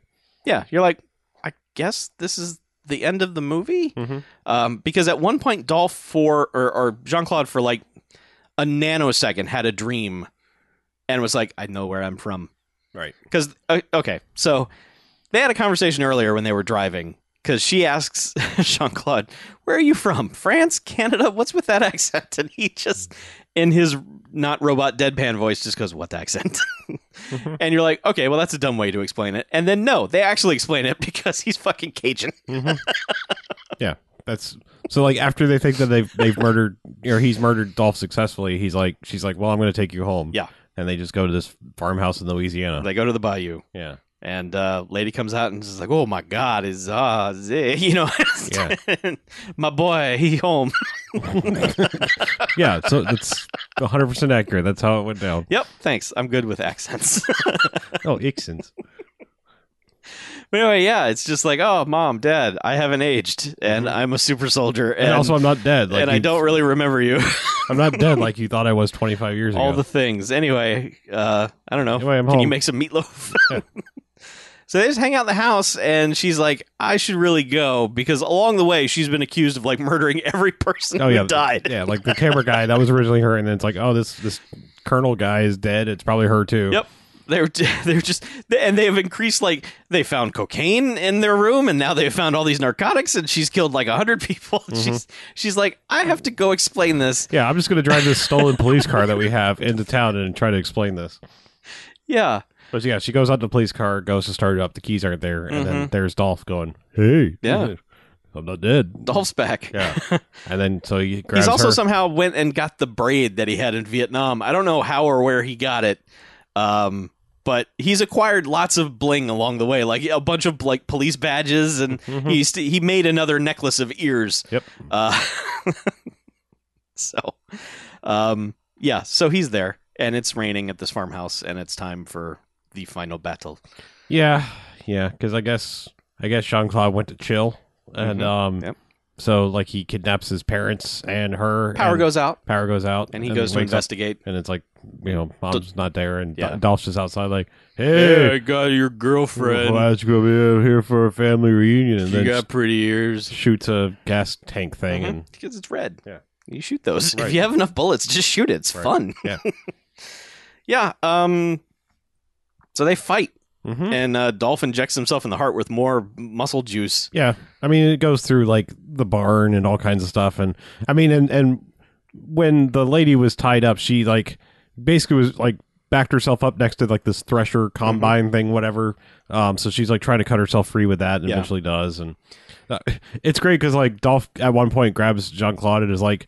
Speaker 1: Yeah, you're like, I guess this is the end of the movie.
Speaker 2: Mhm.
Speaker 1: Um, because at one point, Dolph for or, or Jean Claude for like a nanosecond had a dream and was like, I know where I'm from.
Speaker 2: Right.
Speaker 1: Because uh, okay, so they had a conversation earlier when they were driving. Because she asks Jean Claude, "Where are you from? France, Canada? What's with that accent?" And he just, in his not robot deadpan voice, just goes, "What accent?" and you're like, "Okay, well, that's a dumb way to explain it." And then no, they actually explain it because he's fucking Cajun.
Speaker 2: that's so like after they think that they've they've murdered or he's murdered Dolph successfully, he's like she's like, well, I'm gonna take you home.
Speaker 1: Yeah.
Speaker 2: and they just go to this farmhouse in Louisiana.
Speaker 1: They go to the bayou,
Speaker 2: yeah,
Speaker 1: and uh, lady comes out and is like, "Oh my God, is ah, zeh," you know, my boy, he home."
Speaker 2: yeah. So that's 100 percent accurate. That's how it went down.
Speaker 1: yep, thanks. I'm good with accents.
Speaker 2: Oh, Ixons.
Speaker 1: But anyway, yeah, it's just like, oh, mom, dad, I haven't aged, and I'm a super soldier, and,
Speaker 2: Mm-hmm. And, also, I'm not dead. Like
Speaker 1: and I
Speaker 2: you-
Speaker 1: don't really remember you.
Speaker 2: I'm not dead like you thought I was 25 years
Speaker 1: All
Speaker 2: ago.
Speaker 1: the things. Anyway, uh, I don't know.
Speaker 2: Anyway, I'm
Speaker 1: Can you
Speaker 2: home.
Speaker 1: make some meatloaf? So they just hang out in the house, and she's like, "I should really go," because along the way she's been accused of like murdering every person
Speaker 2: Oh
Speaker 1: who
Speaker 2: yeah,
Speaker 1: died.
Speaker 2: Yeah, like the camera guy that was originally her, and then it's like, oh, this this colonel guy is dead. It's probably her too.
Speaker 1: Yep. They're they're just and they have increased like they found cocaine in their room and now they've found all these narcotics and she's killed like a hundred people.
Speaker 2: Mm-hmm.
Speaker 1: She's she's like I have to go explain this.
Speaker 2: Yeah, I'm just gonna drive this stolen police car that we have into town and try to explain this.
Speaker 1: Yeah,
Speaker 2: But yeah, she goes out to the police car, goes to start it up. The keys aren't there, and then there's Dolph going, "Hey,
Speaker 1: Mm-hmm. Yeah.
Speaker 2: I'm not dead."
Speaker 1: Dolph's back.
Speaker 2: Yeah, and then so he grabs
Speaker 1: He's also
Speaker 2: her.
Speaker 1: somehow went and got the braid that he had in Vietnam. I don't know how or where he got it, um, but he's acquired lots of bling along the way, like a bunch of like police badges, and he st- he made another necklace of ears.
Speaker 2: Mm-hmm. Yep.
Speaker 1: Uh, so, um, yeah, so he's there, and it's raining at this farmhouse, and it's time for the final battle.
Speaker 2: yeah, yeah, because I guess I guess Jean Claude went to chill, and
Speaker 1: Mhm.
Speaker 2: um,
Speaker 1: Yep.
Speaker 2: so like he kidnaps his parents and her.
Speaker 1: Power
Speaker 2: and
Speaker 1: goes out,
Speaker 2: Power goes out,
Speaker 1: and he goes to
Speaker 2: wakes up
Speaker 1: investigate.
Speaker 2: and it's like you know mom's not there and
Speaker 1: Yeah.
Speaker 2: yeah. dolph's just outside like hey
Speaker 1: got your girlfriend.
Speaker 2: why don't you go be out here for a family reunion and then just
Speaker 1: pretty ears.
Speaker 2: shoots a gas tank thing
Speaker 1: Mhm,
Speaker 2: and
Speaker 1: because it's red.
Speaker 2: Yeah.
Speaker 1: you shoot those. If
Speaker 2: Right.
Speaker 1: you have enough bullets, just shoot it. It's
Speaker 2: Right.
Speaker 1: fun.
Speaker 2: Yeah.
Speaker 1: yeah. Um. So they fight,
Speaker 2: Mhm.
Speaker 1: and uh, Dolph injects himself in the heart with more muscle juice.
Speaker 2: yeah i mean it goes through like the barn and all kinds of stuff and i mean and and when the lady was tied up she like basically was like backed herself up next to like this thresher combine thing whatever um so she's like trying to cut herself free with that and
Speaker 1: Yeah.
Speaker 2: eventually does and uh, it's great because like dolph at one point grabs jean-claude and is like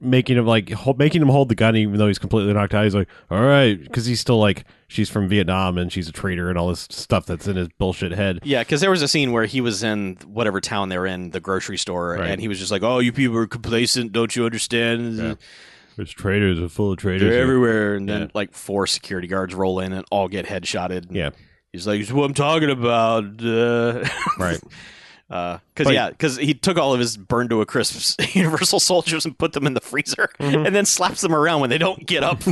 Speaker 2: making him like hold, making him hold the gun even though he's completely knocked out he's like all right because he's still like she's from vietnam and she's a traitor and all this stuff that's in his bullshit head
Speaker 1: Yeah, because there was a scene where he was in whatever town they're in, the grocery store,
Speaker 2: Right.
Speaker 1: and he was just like, "Oh, you people are complacent. Don't you understand?
Speaker 2: Yeah. There's traitors, are full of traitors.
Speaker 1: They're everywhere." And then
Speaker 2: Yeah.
Speaker 1: like four security guards roll in and all get headshotted. And
Speaker 2: Yeah.
Speaker 1: he's like, "It's what I'm talking about." Uh.
Speaker 2: Right.
Speaker 1: because yeah,
Speaker 2: But-
Speaker 1: Uh, 'cause yeah, because he took all of his burned to a crisp Universal soldiers and put them in the freezer,
Speaker 2: Mm-hmm.
Speaker 1: and then slaps them around when they don't get up.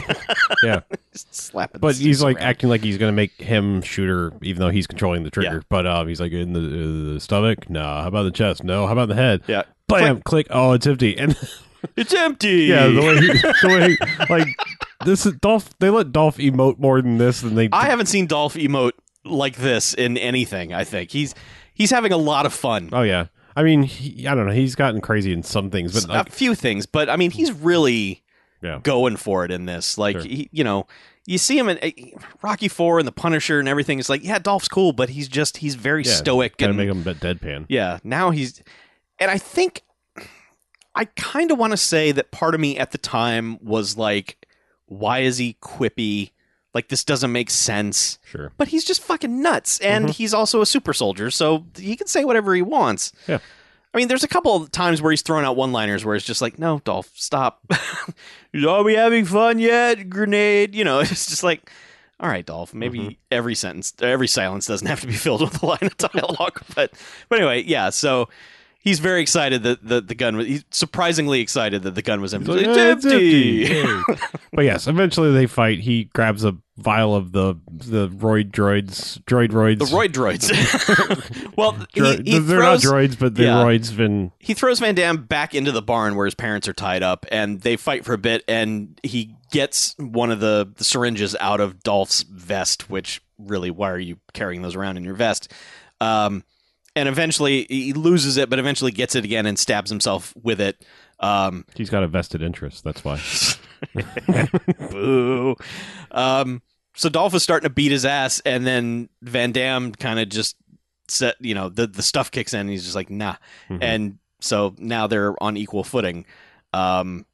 Speaker 2: Yeah.
Speaker 1: Just slapping.
Speaker 2: But he's like
Speaker 1: around.
Speaker 2: acting like he's gonna make him shooter, even though he's controlling the trigger. But um, he's like in the, uh, the stomach. Nah. How about the chest? No. How about the head?
Speaker 1: yeah,
Speaker 2: Bam! Click. Oh, it's empty. And
Speaker 1: it's empty.
Speaker 2: yeah, the way, he, the way he- like this is Dolph. They let Dolph emote more than this than they.
Speaker 1: I haven't seen Dolph emote like this in anything. I think he's he's having a lot of fun.
Speaker 2: oh yeah. I mean, he, I don't know. He's gotten crazy in some things, but
Speaker 1: a
Speaker 2: like,
Speaker 1: few things, but I mean, he's really
Speaker 2: Yeah.
Speaker 1: going for it in this. Like,
Speaker 2: Sure.
Speaker 1: he, you know, you see him in uh, Rocky Four and The Punisher and everything. It's like, yeah, Dolph's cool, but he's just he's very
Speaker 2: Yeah,
Speaker 1: stoic
Speaker 2: gotta
Speaker 1: and
Speaker 2: make him a bit deadpan.
Speaker 1: Yeah, now he's and I think I kind of want to say that part of me at the time was like why is he quippy? Like this doesn't make sense.
Speaker 2: Sure.
Speaker 1: But he's just fucking nuts
Speaker 2: Mm-hmm.
Speaker 1: and he's also a super soldier, so he can say whatever he wants.
Speaker 2: Yeah.
Speaker 1: I mean, there's a couple of times where he's thrown out one-liners where it's just like, "No, Dolph, stop. Are we having fun yet? Grenade." You know, it's just like, "All right, Dolph. Maybe
Speaker 2: Mm-hmm.
Speaker 1: every sentence, every silence doesn't have to be filled with a line of dialogue." But, but anyway, yeah. So he's very excited that the, the gun was. He's surprisingly excited that the gun was empty.
Speaker 2: He's like,
Speaker 1: It's
Speaker 2: "Eh,
Speaker 1: empty.
Speaker 2: empty. but yes, eventually they fight. He grabs a vial of the the roid droids, droid roids.
Speaker 1: The roid droids. well, he-
Speaker 2: dro-
Speaker 1: he,
Speaker 2: they're
Speaker 1: throws,
Speaker 2: not droids, but the
Speaker 1: Yeah.
Speaker 2: roids been
Speaker 1: he throws Van Damme back into the barn where his parents are tied up, and they fight for a bit. And he gets one of the, the syringes out of Dolph's vest, which really, why are you carrying those around in your vest? Um, and eventually, he loses it, but eventually gets it again and stabs himself with it. Um,
Speaker 2: he's got a vested interest. That's why. Mm-hmm.
Speaker 1: Boo. Um, so Dolph is starting to beat his ass, and then Van Dam kind of just set, you know, the the stuff kicks in, and he's just like, nah.
Speaker 2: Mhm.
Speaker 1: And so now they're on equal footing, um,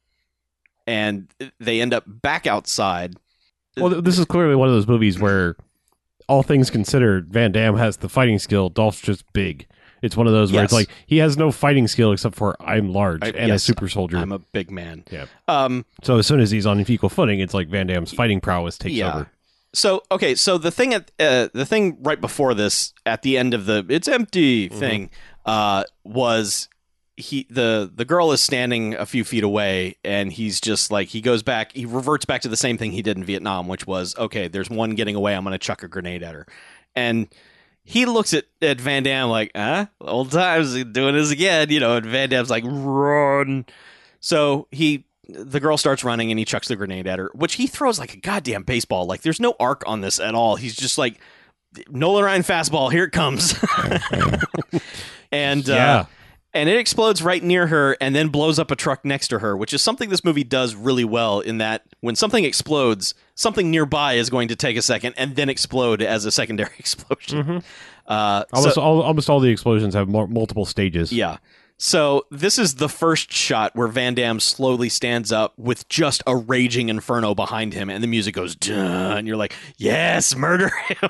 Speaker 1: and they end up back outside.
Speaker 2: well, th- this is clearly one of those movies where, all things considered, Van Damme has the fighting skill. Dolph's just big. It's one of those where it's
Speaker 1: Yes.
Speaker 2: like he has no fighting skill except for I'm large
Speaker 1: I-
Speaker 2: and
Speaker 1: yes,
Speaker 2: a super soldier.
Speaker 1: I'm a big man.
Speaker 2: Yeah.
Speaker 1: Um,
Speaker 2: so as soon as he's on equal footing, it's like Van Damme's fighting prowess takes
Speaker 1: Yeah.
Speaker 2: over.
Speaker 1: so okay, so the thing at uh, the thing right before this, at the end of the it's empty
Speaker 2: Mm-hmm.
Speaker 1: thing, uh, was he the the girl is standing a few feet away, and he's just like he goes back, he reverts back to the same thing he did in Vietnam, which was okay. There's one getting away, I'm gonna chuck a grenade at her, and he looks at, at Van Damme like, huh? Old times doing this again, you know, and Van Damme's like, run. So he the girl starts running and he chucks the grenade at her, which he throws like a goddamn baseball. Like there's no arc on this at all. He's just like Nolan Ryan fastball, here it comes. and uh,
Speaker 2: yeah.
Speaker 1: and it explodes right near her and then blows up a truck next to her, which is something this movie does really well in that when something explodes, something nearby is going to take a second and then explode as a secondary explosion. Uh, so-
Speaker 2: Almost all, almost all the explosions have mul- multiple stages.
Speaker 1: yeah. So this is the first shot where Van Damme slowly stands up with just a raging inferno behind him, and the music goes, "Duh," and you're like, "Yes, murder him!"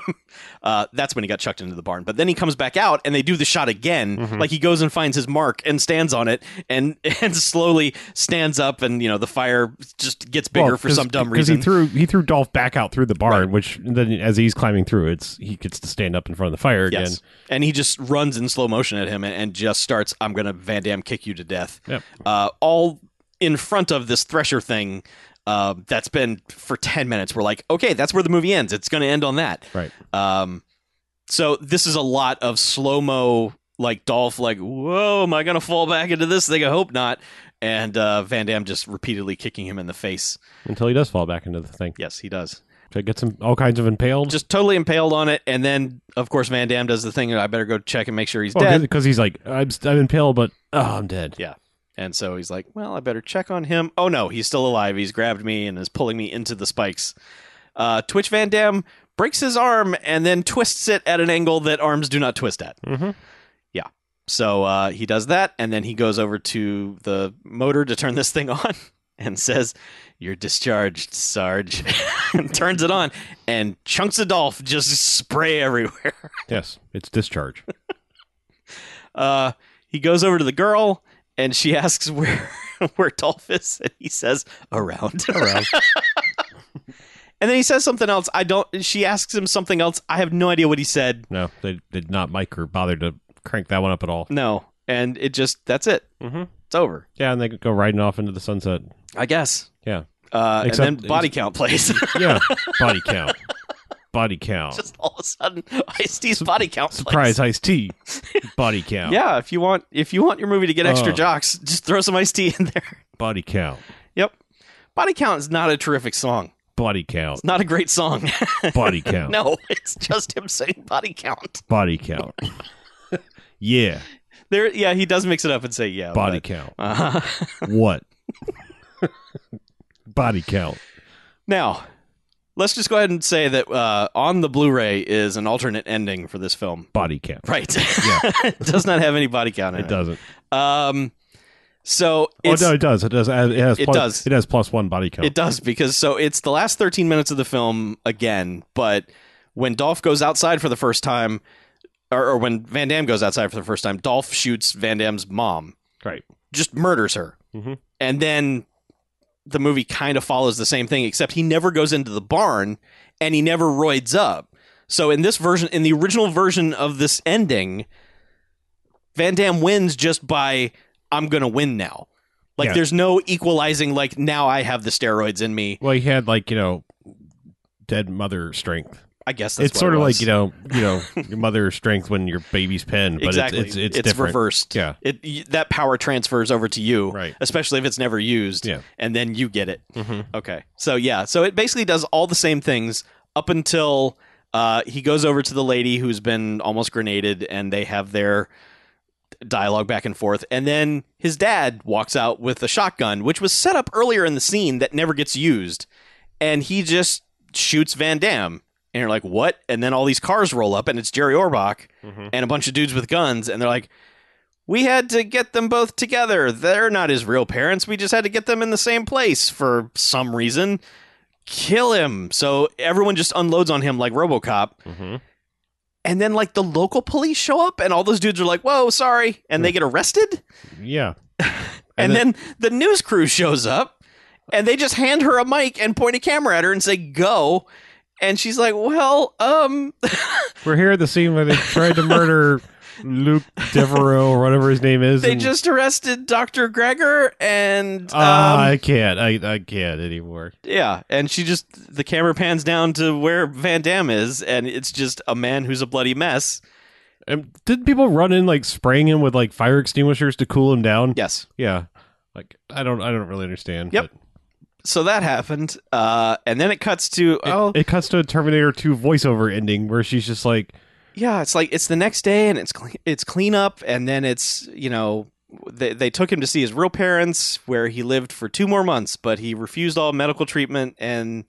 Speaker 1: Uh, that's when he got chucked into the barn. But then he comes back out, and they do the shot again.
Speaker 2: Mm-hmm.
Speaker 1: Like he goes and finds his mark and stands on it, and and slowly stands up, and you know the fire just gets bigger
Speaker 2: Well,
Speaker 1: for
Speaker 2: 'cause-
Speaker 1: some dumb
Speaker 2: 'cause
Speaker 1: reason.
Speaker 2: He threw he threw Dolph back out through the barn,
Speaker 1: Right.
Speaker 2: which then as he's climbing through, it's he gets to stand up in front of the fire again.
Speaker 1: Yes. And he just runs in slow motion at him and, and just starts, I'm going to Van Damme kick you to death.
Speaker 2: Yep.
Speaker 1: Uh, all in front of this Thresher thing uh, that's been for 10 minutes. We're like, okay, that's where the movie ends. It's going to end on that.
Speaker 2: Right.
Speaker 1: Um, so this is a lot of slow mo, like Dolph, like, whoa, am I going to fall back into this thing? I hope not. And uh, Van Damme just repeatedly kicking him in the face.
Speaker 2: Until he does fall back into the thing.
Speaker 1: Yes, he does.
Speaker 2: So it gets him all kinds of impaled.
Speaker 1: Just totally impaled on it. And then, of course, Van Damme does the thing. I better go check and make sure he's dead.
Speaker 2: because he's like, I'm, I'm impaled, but oh, I'm dead.
Speaker 1: Yeah. And so he's like, well, I better check on him. Oh, no, he's still alive. He's grabbed me and is pulling me into the spikes. Uh, Twitch Van Dam breaks his arm and then twists it at an angle that arms do not twist at.
Speaker 2: Mm-hmm.
Speaker 1: So uh, he does that, and then he goes over to the motor to turn this thing on and says, You're discharged, Sarge. and turns it on, and chunks of Dolph just spray everywhere.
Speaker 2: Yes, it's discharge.
Speaker 1: Uh, he goes over to the girl and she asks where where Dolph is, and he says around.
Speaker 2: Around.
Speaker 1: and then he says something else. I don't. She asks him something else. I have no idea what he said.
Speaker 2: no, they did not mic or bother to crank that one up at all.
Speaker 1: No, and it just that's it.
Speaker 2: Mm-hmm.
Speaker 1: It's over.
Speaker 2: Yeah, and they go riding off into the sunset.
Speaker 1: I guess.
Speaker 2: Yeah.
Speaker 1: Uh, and
Speaker 2: Except-
Speaker 1: then body count plays.
Speaker 2: Yeah, body count. Body count.
Speaker 1: just all of a sudden, Ice T's body count. plays.
Speaker 2: Surprise, iced tea. Body count.
Speaker 1: Yeah, if you want, if you want your movie to get extra
Speaker 2: Uh.
Speaker 1: jocks, just throw some Ice T in there.
Speaker 2: Body count.
Speaker 1: Yep. Body count is not a terrific song.
Speaker 2: Body count.
Speaker 1: Not a great song.
Speaker 2: Body count.
Speaker 1: no, it's just him saying body count.
Speaker 2: Body count. yeah,
Speaker 1: There, yeah, he does mix it up and say, yeah,
Speaker 2: body count.
Speaker 1: but- Uh-huh.
Speaker 2: What? body count.
Speaker 1: Now, let's just go ahead and say that uh, on the Blu-ray is an alternate ending for this film.
Speaker 2: Body count.
Speaker 1: Right. Yeah. it does not have any body count in it.
Speaker 2: It doesn't.
Speaker 1: Um, so it's,
Speaker 2: oh no, it does. It does. It has.
Speaker 1: It
Speaker 2: plus,
Speaker 1: does.
Speaker 2: It has plus one body count.
Speaker 1: it does because so it's the last 13 minutes of the film again, but when Dolph goes outside for the first time, or, or when Van Damme goes outside for the first time, Dolph shoots Van Damme's mom.
Speaker 2: right.
Speaker 1: just murders her.
Speaker 2: Mhm.
Speaker 1: And then the movie kind of follows the same thing, except he never goes into the barn and he never roids up. So in this version, in the original version of this ending, Van Damme wins just by I'm gonna win now. Like
Speaker 2: Yeah.
Speaker 1: there's no equalizing. Like now I have the steroids in me.
Speaker 2: Well, he had like you know, dead mother strength.
Speaker 1: I guess that's
Speaker 2: it's sort of like you
Speaker 1: know,
Speaker 2: know, you know, your mother strength when your baby's pen, but
Speaker 1: exactly.
Speaker 2: it's it's, it's, different.
Speaker 1: reversed.
Speaker 2: Yeah.
Speaker 1: it y- that power transfers over to you,
Speaker 2: Right.
Speaker 1: Especially if it's never used.
Speaker 2: Yeah.
Speaker 1: and then you get it.
Speaker 2: Mhm.
Speaker 1: Mm-hmm. Okay. So yeah, so it basically does all the same things up until uh, he goes over to the lady who's been almost grenaded, and they have their dialogue back and forth, and then his dad walks out with a shotgun, which was set up earlier in the scene that never gets used, and he just shoots Van Damme. And you're like, what? And then all these cars roll up, and it's Jerry Orbach
Speaker 2: Mhm.
Speaker 1: and a bunch of dudes with guns, and they're like, we had to get them both together. They're not his real parents. We just had to get them in the same place for some reason. Kill him. So everyone just unloads on him like Robocop.
Speaker 2: Mhm.
Speaker 1: And then, like, the local police show up, and all those dudes are like, whoa, sorry. And they get arrested.
Speaker 2: Yeah.
Speaker 1: And, then, the news crew shows up, and they just hand her a mic and point a camera at her and say, go. And she's like, well, um,
Speaker 2: we're here at the scene where they tried to murder Luke Devereaux or whatever his name is.
Speaker 1: They
Speaker 2: and-
Speaker 1: just arrested Dr. Gregor and um,
Speaker 2: Ah, I can't. I I can't anymore.
Speaker 1: yeah, and she just the camera pans down to where Van Damme is and it's just a man who's a bloody mess.
Speaker 2: And did people run in like spraying him with like fire extinguishers to cool him down?
Speaker 1: Yes.
Speaker 2: Yeah. Like I don't I don't really understand.
Speaker 1: Yep.
Speaker 2: but
Speaker 1: So that happened uh and then it cuts to
Speaker 2: it,
Speaker 1: oh
Speaker 2: it cuts to a Terminator 2 voiceover ending where she's just like
Speaker 1: yeah, it's like it's the next day and it's clean, it's cleanup and then it's, you know, they, they took him to see his real parents where he lived for two more months, but he refused all medical treatment and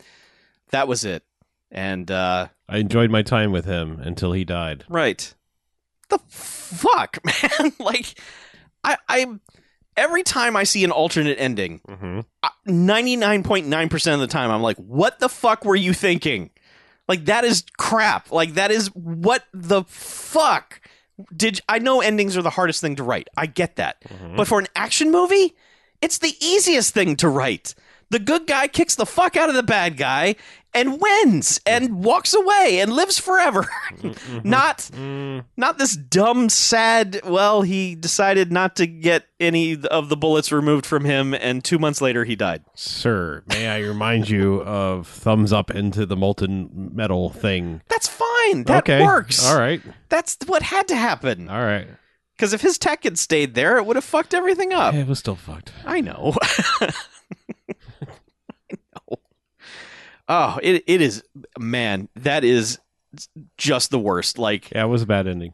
Speaker 1: that was it. And uh
Speaker 2: I enjoyed my time with him until he died.
Speaker 1: Right. The fuck, man? like, I, I, every time I see an alternate ending,
Speaker 2: Mm-hmm.
Speaker 1: ninety-nine point nine percent of the time, I'm like, what the fuck were you thinking? Like that is crap. Like that is what the fuck did I know? Endings are the hardest thing to write. I get that, but for an action movie, it's the easiest thing to write. The good guy kicks the fuck out of the bad guy and wins and walks away and lives forever. Not not this dumb, sad. Well, he decided not to get any of the bullets removed from him, and two months later he died.
Speaker 2: Sir, may I remind you of thumbs up into the molten metal thing?
Speaker 1: That's fine. That
Speaker 2: okay.
Speaker 1: works.
Speaker 2: All right.
Speaker 1: That's what had to happen.
Speaker 2: All right.
Speaker 1: Because if his tech had stayed there, it would have fucked everything up.
Speaker 2: Yeah, it was still fucked.
Speaker 1: I know. I know. Oh, it it is man. That is just the worst. Like
Speaker 2: Yeah, it was a bad ending.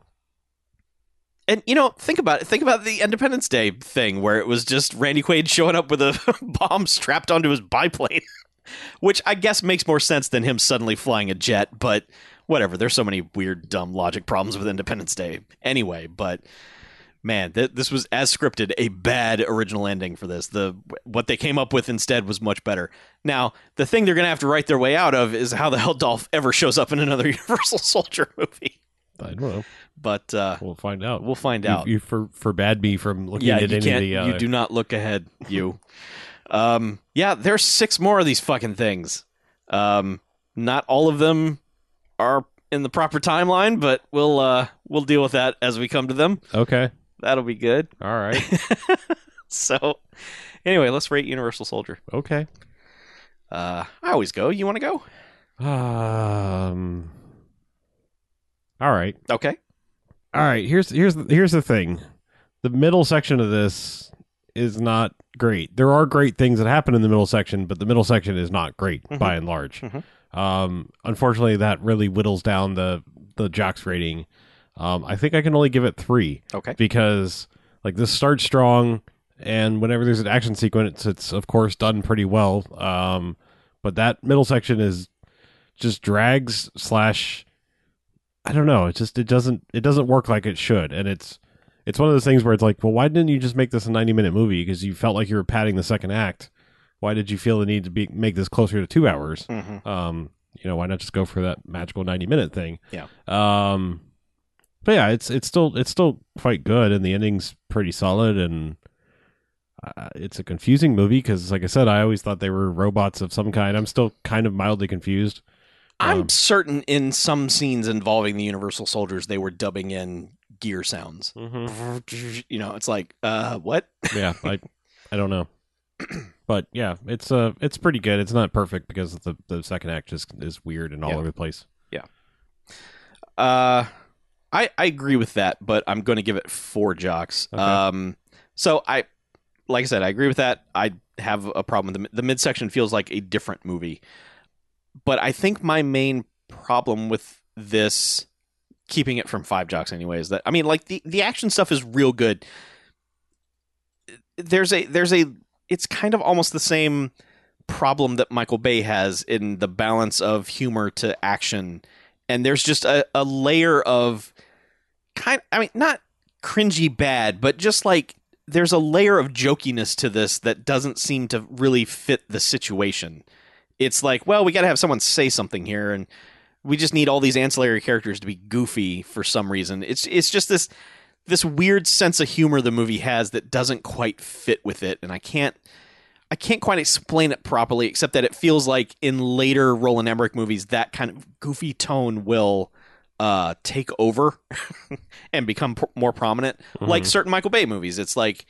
Speaker 1: And you know, think about it. Think about the Independence Day thing where it was just Randy Quaid showing up with a bomb strapped onto his biplane, which I guess makes more sense than him suddenly flying a jet, but whatever. There's so many weird dumb logic problems with Independence Day. Anyway, but man, th- this was as scripted a bad original ending for this. The what they came up with instead was much better. Now, the thing they're going to have to write their way out of is how the hell Dolph ever shows up in another Universal Soldier movie.
Speaker 2: I don't know.
Speaker 1: But uh
Speaker 2: We'll find out.
Speaker 1: We'll find
Speaker 2: You,
Speaker 1: out
Speaker 2: you for, forbade me from looking
Speaker 1: yeah,
Speaker 2: at
Speaker 1: you
Speaker 2: any
Speaker 1: can't.
Speaker 2: of the. Uh,
Speaker 1: you do not look ahead. You. um. Yeah, there's six more of these fucking things. Um. Not all of them are in the proper timeline, but we'll uh we'll deal with that as we come to them.
Speaker 2: Okay.
Speaker 1: That'll be good.
Speaker 2: All right.
Speaker 1: So, anyway, let's rate Universal Soldier.
Speaker 2: okay.
Speaker 1: Uh, I always go. You want to go?
Speaker 2: Um. All right.
Speaker 1: Okay.
Speaker 2: All right. Here's here's here's the thing. The middle section of this is not great. There are great things that happen in the middle section, but the middle section is not great
Speaker 1: Mhm.
Speaker 2: by and large.
Speaker 1: Mhm.
Speaker 2: Um. Unfortunately, that really whittles down the the jocks rating. Um. I think I can only give it three.
Speaker 1: Okay.
Speaker 2: because like this starts strong and whenever there's an action sequence it's of course done pretty well um but that middle section is just drags slash i don't know it just it doesn't it doesn't work like it should and it's it's one of those things where it's like well why didn't you just make this a 90 minute movie because you felt like you were padding the second act why did you feel the need to be make this closer to two hours
Speaker 1: Mm-hmm.
Speaker 2: um you know why not just go for that magical 90 minute thing
Speaker 1: Yeah.
Speaker 2: um but yeah it's it's still it's still quite good and the ending's pretty solid and uh, it's a confusing movie because like i said i always thought they were robots of some kind i'm still kind of mildly confused
Speaker 1: I'm
Speaker 2: Um,
Speaker 1: certain in some scenes involving the Universal Soldiers, they were dubbing in gear sounds.
Speaker 2: mm-hmm.
Speaker 1: You know, it's like, uh, what?
Speaker 2: yeah i i don't know but yeah it's uh it's pretty good it's not perfect because the the second act just is weird and all
Speaker 1: Yeah.
Speaker 2: over the place
Speaker 1: Uh, I I agree with that, but I'm going to give it four jocks.
Speaker 2: Okay.
Speaker 1: Um, so I, like I said, I agree with that. I have a problem with the the midsection feels like a different movie, but I think my main problem with this keeping it from five jocks anyway is that I mean like the the action stuff is real good. There's a there's a it's kind of almost the same problem that Michael Bay has in the balance of humor to action and there's just a, a layer of kind i mean not cringy bad but just like there's a layer of jokiness to this that doesn't seem to really fit the situation it's like well we got to have someone say something here and we just need all these ancillary characters to be goofy for some reason it's it's just this this weird sense of humor the movie has that doesn't quite fit with it and i can't I can't quite explain it properly, except that it feels like in later Roland Emmerich movies, that kind of goofy tone will uh, take over and become pr- more prominent,
Speaker 2: Mm-hmm.
Speaker 1: like certain Michael Bay movies. It's like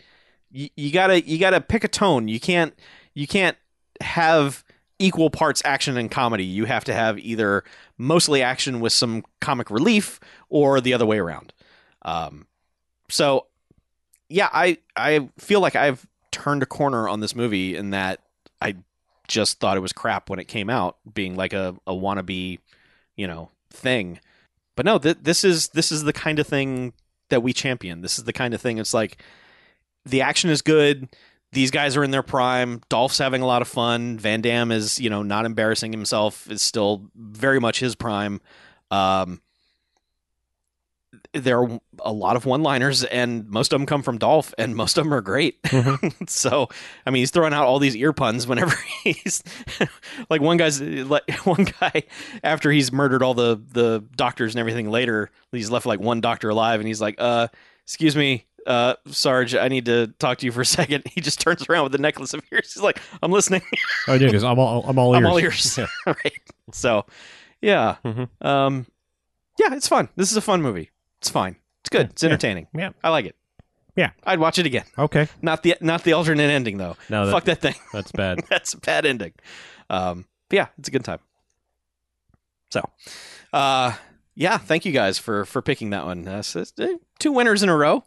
Speaker 1: you, you gotta you gotta pick a tone. You can't you can't have equal parts action and comedy. You have to have either mostly action with some comic relief or the other way around. Um, so yeah, I I feel like I've turned a corner on this movie in that I just thought it was crap when it came out, being like a, a wannabe, you know, thing. But no, th- this is this is the kind of thing that we champion. This is the kind of thing. It's like the action is good. These guys are in their prime. Dolph's having a lot of fun. Van Damme is, you know, not embarrassing himself. Is still very much his prime. Um, there are a lot of one-liners, and most of them come from Dolph, and most of them are great. so, I mean, he's throwing out all these ear puns whenever he's like one guy's like one guy after he's murdered all the the doctors and everything later, he's left like one doctor alive and he's like, "Uh, excuse me, uh, Sarge, I need to talk to you for a second. He just turns around with the necklace of ears. He's like, "I'm listening.
Speaker 2: Oh, yeah, because I'm all I'm all ears.
Speaker 1: I'm all ears." right. So, yeah.
Speaker 2: Mhm.
Speaker 1: Um yeah, it's fun. This is a fun movie. It's fine. It's good. It's
Speaker 2: Yeah.
Speaker 1: entertaining.
Speaker 2: Yeah.
Speaker 1: I like it.
Speaker 2: Yeah.
Speaker 1: I'd watch it again.
Speaker 2: Okay.
Speaker 1: Not the not the alternate ending though.
Speaker 2: No, that-
Speaker 1: Fuck that thing.
Speaker 2: That's bad.
Speaker 1: That's a bad ending. Um, but yeah, it's a good time. So, uh, yeah, thank you guys for for picking that one. Uh, so it's, eh, two winners in a row,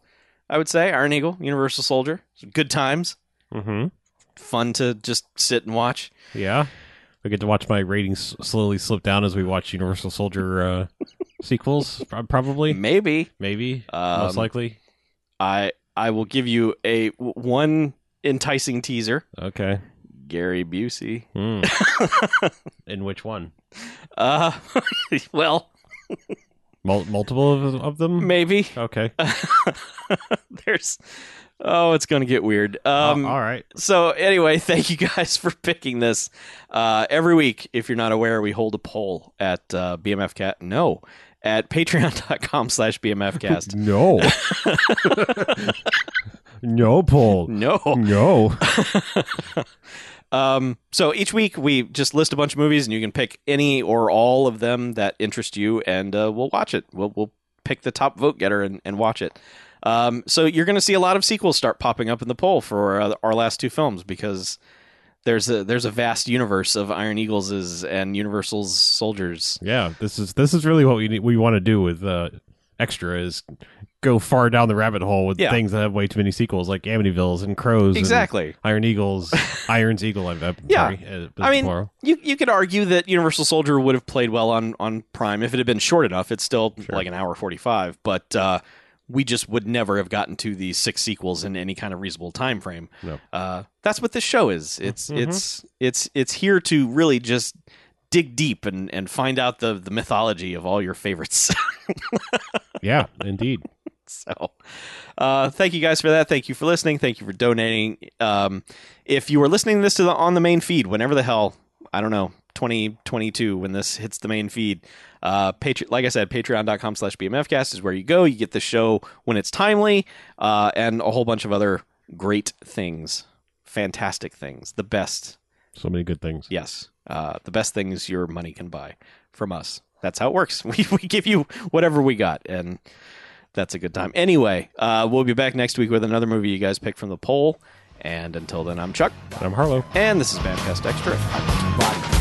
Speaker 1: I would say. Iron Eagle, Universal Soldier, Some good times,
Speaker 2: hmm
Speaker 1: fun to just sit and watch.
Speaker 2: Yeah. I get to watch my ratings slowly slip down as we watch Universal Soldier uh, sequels, prob- probably,
Speaker 1: Maybe
Speaker 2: maybe,
Speaker 1: Um,
Speaker 2: most likely.
Speaker 1: I I will give you a w- one enticing teaser.
Speaker 2: Okay.
Speaker 1: Gary Busey.
Speaker 2: Hmm. In which one?
Speaker 1: Uh, well,
Speaker 2: Mul- multiple of, of them?
Speaker 1: maybe
Speaker 2: Okay.
Speaker 1: there's. Oh, it's gonna get weird. Um,
Speaker 2: Uh, all right.
Speaker 1: so anyway thank you guys for picking this uh, every week if you're not aware we hold a poll at uh, bmfcat no at patreon.com slash bmfcast
Speaker 2: No. no poll.
Speaker 1: no
Speaker 2: No.
Speaker 1: um, so each week we just list a bunch of movies and you can pick any or all of them that interest you and uh, we'll watch it we'll, we'll pick the top vote getter and, and watch it um, so you're going to see a lot of sequels start popping up in the poll for uh, our last two films because there's a there's a vast universe of Iron Eagles' and Universal's soldiers.
Speaker 2: Yeah, this is this is really what we need, we want to do with uh, extra is go far down the rabbit hole with
Speaker 1: Yeah.
Speaker 2: things that have way too many sequels, like Amityville's and Crows, and
Speaker 1: Exactly.
Speaker 2: Iron Eagles, Iron's Eagle. I'm, I'm
Speaker 1: Yeah.
Speaker 2: sorry, uh, but
Speaker 1: I mean,
Speaker 2: plural.
Speaker 1: You you could argue that Universal Soldier would have played well on on Prime if it had been short enough. It's still
Speaker 2: Sure.
Speaker 1: like an hour forty five, but uh, we just would never have gotten to the six sequels in any kind of reasonable time frame.
Speaker 2: No.
Speaker 1: Uh, that's what this show is. It's
Speaker 2: Mhm.
Speaker 1: it's it's it's here to really just dig deep and and find out the the mythology of all your favorites.
Speaker 2: yeah, indeed.
Speaker 1: So, uh, thank you guys for that. Thank you for listening. Thank you for donating. Um, if you are listening to this to the, on the main feed, whenever the hell, I don't know, 2022, when this hits the main feed, uh, Patre- like I said, patreon.com slash bmfcast is where you go. You get the show when it's timely uh, and a whole bunch of other great things, fantastic things, the best.
Speaker 2: So many good things.
Speaker 1: Yes. Uh, the best things your money can buy from us. That's how it works. We, we give you whatever we got, and that's a good time. Anyway, uh, we'll be back next week with another movie you guys picked from the poll. And until then, I'm Chuck,
Speaker 2: I'm Harlow.
Speaker 1: and this is Bandcast Extra.